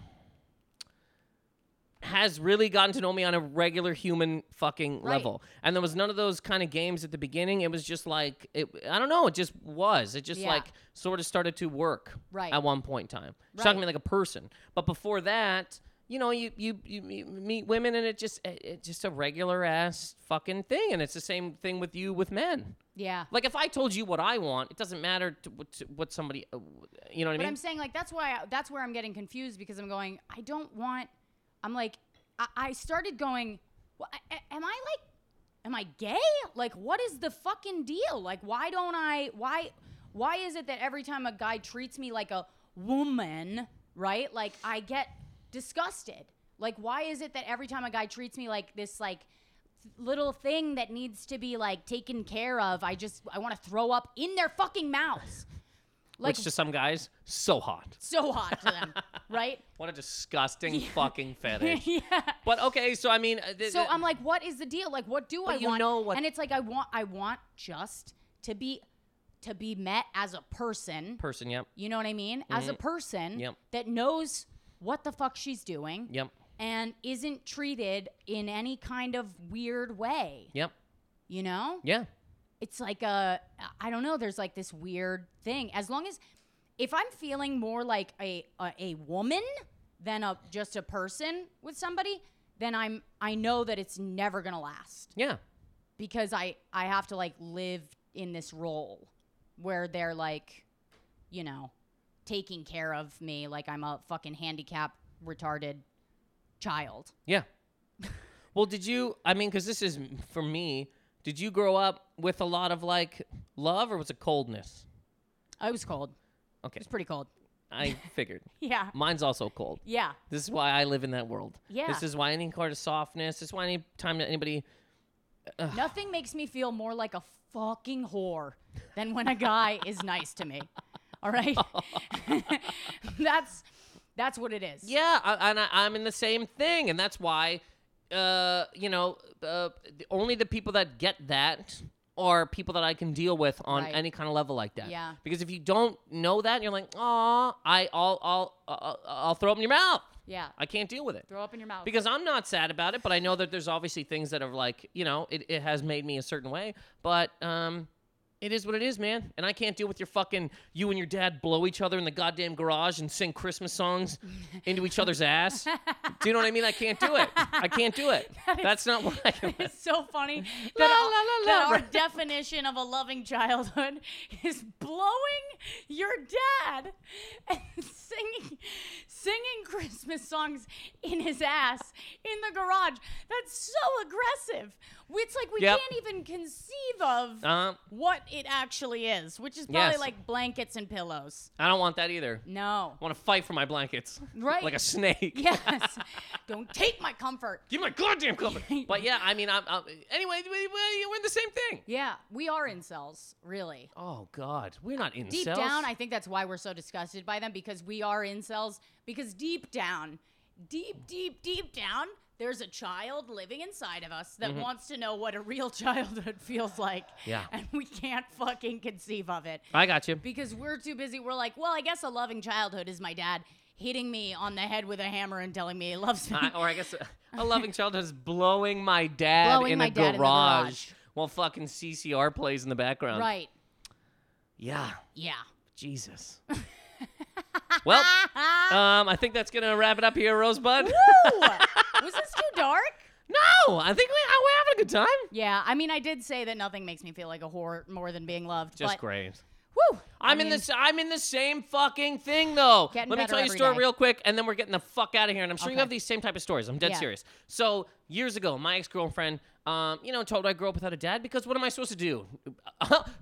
Speaker 1: has really gotten to know me on a regular human fucking
Speaker 2: Right.
Speaker 1: level, and there was none of those kind of games at the beginning. It was just like it, I don't know. It just was. It just
Speaker 2: Yeah.
Speaker 1: like sort of started to work
Speaker 2: Right.
Speaker 1: at one point in time. She's talking
Speaker 2: Right.
Speaker 1: to me like a person, but before that. You know, you, you you you meet women, and it just it, it's just a regular ass fucking thing, and it's the same thing with you with men.
Speaker 2: Yeah.
Speaker 1: Like if I told you what I want, it doesn't matter to, what- to what somebody, uh, you know what I
Speaker 2: But
Speaker 1: mean?
Speaker 2: I'm saying like that's why I, that's where I'm getting confused because I'm going I don't want I'm like I, I started going well, I, a- am I like am I gay like what is the fucking deal like why don't I why why is it that every time a guy treats me like a woman right like I get disgusted like why is it that every time a guy treats me like this like little thing that needs to be like taken care of I just I want to throw up in their fucking mouths like
Speaker 1: which to some guys so hot
Speaker 2: so hot to them, right?
Speaker 1: what a disgusting fucking fetish
Speaker 2: yeah.
Speaker 1: but okay so i mean uh, th-
Speaker 2: So
Speaker 1: th-
Speaker 2: I'm like, what is the deal? Like, what do I
Speaker 1: you
Speaker 2: want?
Speaker 1: know what-
Speaker 2: And it's like, I want, I want just to be, to be met as a person.
Speaker 1: person yep
Speaker 2: You know what I mean? As a person
Speaker 1: Mm-hmm. Yep.
Speaker 2: that knows what the fuck she's doing
Speaker 1: yep
Speaker 2: and isn't treated in any kind of weird way.
Speaker 1: yep
Speaker 2: You know?
Speaker 1: yeah
Speaker 2: it's like a I don't know. There's like this weird thing. As long as if I'm feeling more like a a, a woman than a just a person with somebody, then I'm I know that it's never gonna last
Speaker 1: yeah
Speaker 2: because I I have to like live in this role where they're like, you know, taking care of me like I'm a fucking handicapped retarded child.
Speaker 1: yeah well did you i mean because this is m- for me did you grow up with a lot of like love or was it coldness
Speaker 2: I was cold.
Speaker 1: okay
Speaker 2: It's pretty cold.
Speaker 1: i figured
Speaker 2: Yeah.
Speaker 1: mine's also cold
Speaker 2: Yeah.
Speaker 1: This is why I live in that world.
Speaker 2: Yeah.
Speaker 1: This is why any kind of softness. This is why any time that anybody.
Speaker 2: Nothing makes me feel more like a fucking whore than when a guy is nice to me. All right? that's that's what it is.
Speaker 1: Yeah, I, and I, I'm in the same thing, and that's why, uh, you know, uh, the- only the people that get that are people that I can deal with on
Speaker 2: Right.
Speaker 1: any kind of level like that.
Speaker 2: Yeah.
Speaker 1: Because if you don't know that, you're like, oh, I, I'll, I'll, I'll, I'll throw up in your mouth.
Speaker 2: Yeah.
Speaker 1: I can't deal with it.
Speaker 2: Throw up in your mouth.
Speaker 1: Because I'm not sad about it, but I know that there's obviously things that are like, you know, it, it has made me a certain way. But um it is what it is, man. And I can't deal with your fucking you and your dad blow each other in the goddamn garage and sing Christmas songs into each other's ass. do you know what I mean? I can't do it. I can't do it. That's not what I can
Speaker 2: it's so funny
Speaker 1: La,
Speaker 2: that, our-
Speaker 1: la, la, la.
Speaker 2: that our definition of a loving childhood is blowing your dad and singing singing Christmas songs in his ass in the garage. That's so aggressive. It's like we
Speaker 1: Yep.
Speaker 2: can't even conceive of
Speaker 1: Uh,
Speaker 2: what it actually is, which is probably
Speaker 1: Yes.
Speaker 2: like blankets and pillows.
Speaker 1: I don't want that either.
Speaker 2: No.
Speaker 1: I want to fight for my blankets.
Speaker 2: Right.
Speaker 1: Like a snake.
Speaker 2: Yes. Don't take my comfort.
Speaker 1: Give me my goddamn cover. but yeah, I mean, I'm, I'm anyway. We, we, we're in the same thing.
Speaker 2: Yeah, we are incels, really.
Speaker 1: Oh God, we're not incels.
Speaker 2: Deep down, I think that's why we're so disgusted by them because we are incels. Because deep down, deep, deep, deep down, there's a child living inside of us that wants to know what a real childhood feels like.
Speaker 1: Mm-hmm. Yeah.
Speaker 2: And we can't fucking conceive of it
Speaker 1: I got you.
Speaker 2: because we're too busy. We're like, well, I guess a loving childhood is my dad hitting me on the head with a hammer and telling me he loves me.
Speaker 1: I, or I guess a, a loving childhood is blowing my dad,
Speaker 2: Blowing
Speaker 1: in,
Speaker 2: my
Speaker 1: a
Speaker 2: dad in the
Speaker 1: garage
Speaker 2: garage.
Speaker 1: while fucking CCR plays in the background.
Speaker 2: right.
Speaker 1: Yeah.
Speaker 2: Yeah.
Speaker 1: Jesus. well, um, I think that's gonna wrap it up here, Rosebud.
Speaker 2: Woo! Was this too dark?
Speaker 1: no, I think we, uh, we're having a good time.
Speaker 2: Yeah, I mean, I did say that nothing makes me feel like a whore more than being loved.
Speaker 1: Just
Speaker 2: but,
Speaker 1: great.
Speaker 2: Woo!
Speaker 1: I'm in this. I'm in the same fucking thing though. Let
Speaker 2: Getting
Speaker 1: me
Speaker 2: better
Speaker 1: tell you a
Speaker 2: every
Speaker 1: story
Speaker 2: day.
Speaker 1: real quick, and then we're getting the fuck out of here. And I'm sure you
Speaker 2: Okay.
Speaker 1: have these same type of stories. I'm dead
Speaker 2: Yeah.
Speaker 1: serious. So years ago, my ex girlfriend, um, you know, told I grew up without a dad because what am I supposed to do?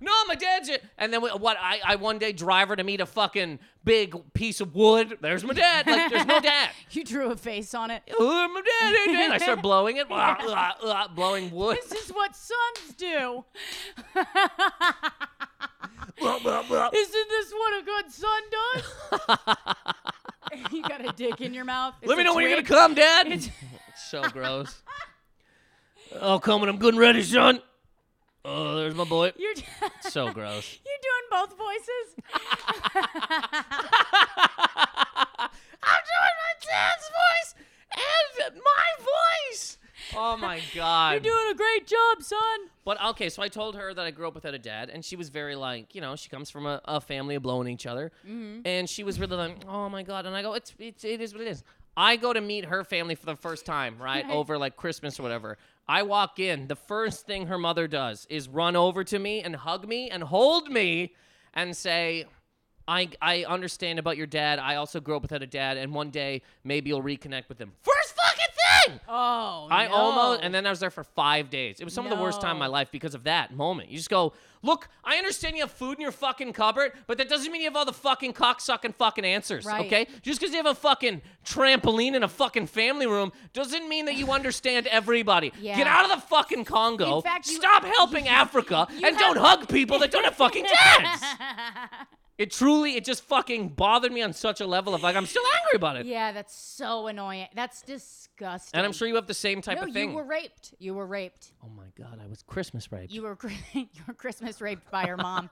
Speaker 1: no, my dad's. It. And then what? I, I one day drive her to meet a fucking big piece of wood. There's my dad. Like there's no dad.
Speaker 2: You drew a face on it.
Speaker 1: "Oh, my dad, dad, dad." I start blowing it, Blah, blah, blah, blowing wood.
Speaker 2: This is what sons do.
Speaker 1: Blah, blah, blah.
Speaker 2: Isn't this what a good son does? you got a dick in your mouth. It's
Speaker 1: Let me
Speaker 2: a
Speaker 1: know when you're gonna
Speaker 2: twig.
Speaker 1: come, Dad. It's so gross. I'll come when I'm good and ready, son. Oh, there's my boy.
Speaker 2: You're,
Speaker 1: It's so gross.
Speaker 2: you're doing both voices.
Speaker 1: I'm doing my dad's voice and my voice. Oh my god.
Speaker 2: You're doing a great job, son.
Speaker 1: But okay, so I told her that I grew up without a dad, and she was very like, you know, she comes from a, a family of blowing each other, and she was really like, oh my god. And I go, it's it's it is what it is. I go to meet her family for the first time, right,
Speaker 2: Right.
Speaker 1: over like Christmas or whatever. I walk in. The first thing her mother does is run over to me and hug me and hold me, and say. I, I understand about your dad. I also grew up without a dad, and one day maybe you'll reconnect with him. First fucking thing!
Speaker 2: Oh,
Speaker 1: I
Speaker 2: no.
Speaker 1: almost, and then I was there for five days. It was some of the worst time of my
Speaker 2: No.
Speaker 1: life because of that moment. You just go, look, I understand you have food in your fucking cupboard, but that doesn't mean you have all the fucking cocksucking fucking answers,
Speaker 2: Right.
Speaker 1: okay? Just because you have a fucking trampoline in a fucking family room doesn't mean that you understand everybody.
Speaker 2: Yeah.
Speaker 1: Get out of the fucking Congo.
Speaker 2: In fact, you-
Speaker 1: stop helping Africa and don't hug people that don't have fucking dads. it truly, it just fucking bothered me on such a level of like, I'm still angry about it.
Speaker 2: Yeah, that's so annoying. That's disgusting.
Speaker 1: And I'm sure you have the same type
Speaker 2: No,
Speaker 1: of thing.
Speaker 2: you were raped. You were raped.
Speaker 1: oh my God, I was Christmas raped.
Speaker 2: You were cri- you were Christmas raped by your mom.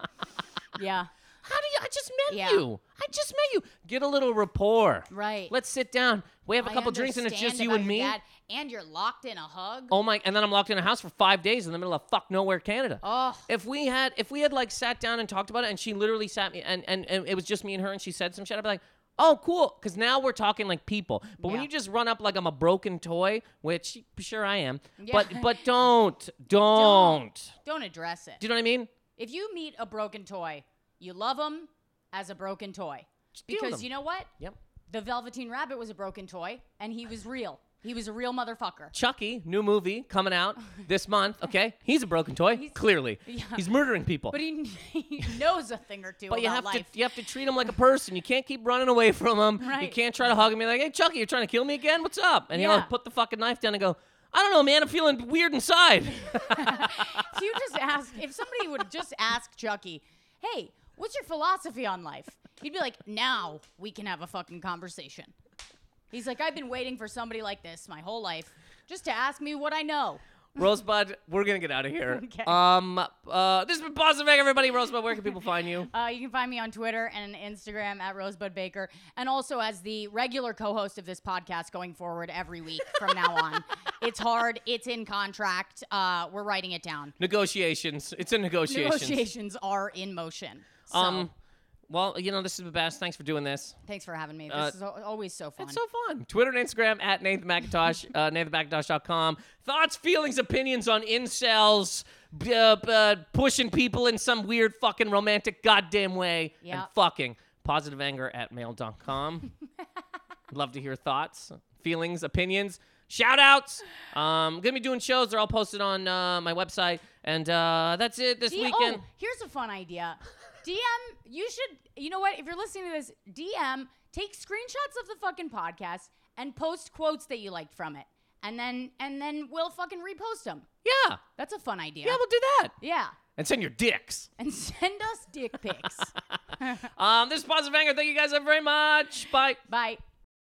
Speaker 2: yeah.
Speaker 1: How do you? I just met
Speaker 2: Yeah.
Speaker 1: you. I just met you. Get a little rapport.
Speaker 2: Right.
Speaker 1: Let's sit down. We have a
Speaker 2: I
Speaker 1: couple drinks and it's
Speaker 2: understand
Speaker 1: just you
Speaker 2: about
Speaker 1: and
Speaker 2: your
Speaker 1: me.
Speaker 2: dad, and you're locked in a hug.
Speaker 1: Oh my! And then I'm locked in a house for five days in the middle of fuck nowhere, Canada.
Speaker 2: Oh.
Speaker 1: If we had, if we had like sat down and talked about it, and she literally sat me, and and, and it was just me and her, and she said some shit, I'd be like, oh cool, because now we're talking like people. But when
Speaker 2: Yeah.
Speaker 1: you just run up like I'm a broken toy, which sure I am,
Speaker 2: Yeah.
Speaker 1: but but don't, don't
Speaker 2: Don't address it.
Speaker 1: Do you know what I mean?
Speaker 2: If you meet a broken toy, you love them as a broken toy.
Speaker 1: deal with
Speaker 2: Because
Speaker 1: 'em.
Speaker 2: you know what?
Speaker 1: Yep.
Speaker 2: The Velveteen Rabbit was a broken toy, and he was real. He was a real motherfucker.
Speaker 1: Chucky, new movie coming out this month. Okay, he's a broken toy. clearly, he's murdering people.
Speaker 2: But he, he knows a thing or two
Speaker 1: But
Speaker 2: about
Speaker 1: you have
Speaker 2: life.
Speaker 1: to you have to treat him like a person. You can't keep running away from him. You
Speaker 2: Right.
Speaker 1: can't try to hug him. You're like, hey Chucky, you're trying to kill me again. What's up? And he'll
Speaker 2: Yeah.
Speaker 1: put the fucking knife down and go. I don't know, man. I'm feeling weird inside.
Speaker 2: if you just ask, if somebody would just ask Chucky, hey, what's your philosophy on life? He'd be like, now we can have a fucking conversation. He's like, I've been waiting for somebody like this my whole life just to ask me what I know.
Speaker 1: Rosebud, we're gonna get out of here.
Speaker 2: Okay.
Speaker 1: Um, uh, this has been Positive Egg, everybody. Rosebud, where can people find you?
Speaker 2: Uh, you can find me on Twitter and Instagram at Rosebud Baker, and also as the regular co-host of this podcast going forward every week from now on. it's hard. It's in contract. Uh, we're writing it down.
Speaker 1: Negotiations. It's in negotiations.
Speaker 2: Negotiations are in motion. So,
Speaker 1: Um, well, you know, this is the best. Thanks for doing this.
Speaker 2: thanks for having me. This
Speaker 1: uh,
Speaker 2: is al- always so fun.
Speaker 1: It's so fun. Twitter and Instagram at Nathan McIntosh, uh, NathanMcIntosh.com. Thoughts, feelings, opinions on incels, b- uh, b- uh, pushing people in some weird fucking romantic goddamn way, and
Speaker 2: Yep.
Speaker 1: fucking positiveanger at mail.com. Love to hear thoughts, feelings, opinions. Shout outs. Um, gonna be doing shows. They're all posted on uh, my website. And uh, that's it this
Speaker 2: D-
Speaker 1: weekend.
Speaker 2: Oh, here's a fun idea. DM, you should, you know what? If you're listening to this, DM, take screenshots of the fucking podcast and post quotes that you liked from it, and then and then we'll fucking repost them.
Speaker 1: Yeah.
Speaker 2: That's a fun idea.
Speaker 1: Yeah, we'll do that.
Speaker 2: Yeah.
Speaker 1: And send your dicks.
Speaker 2: And send us dick pics.
Speaker 1: Um, this is Positive Anger. Thank you guys very much. Bye.
Speaker 2: Bye.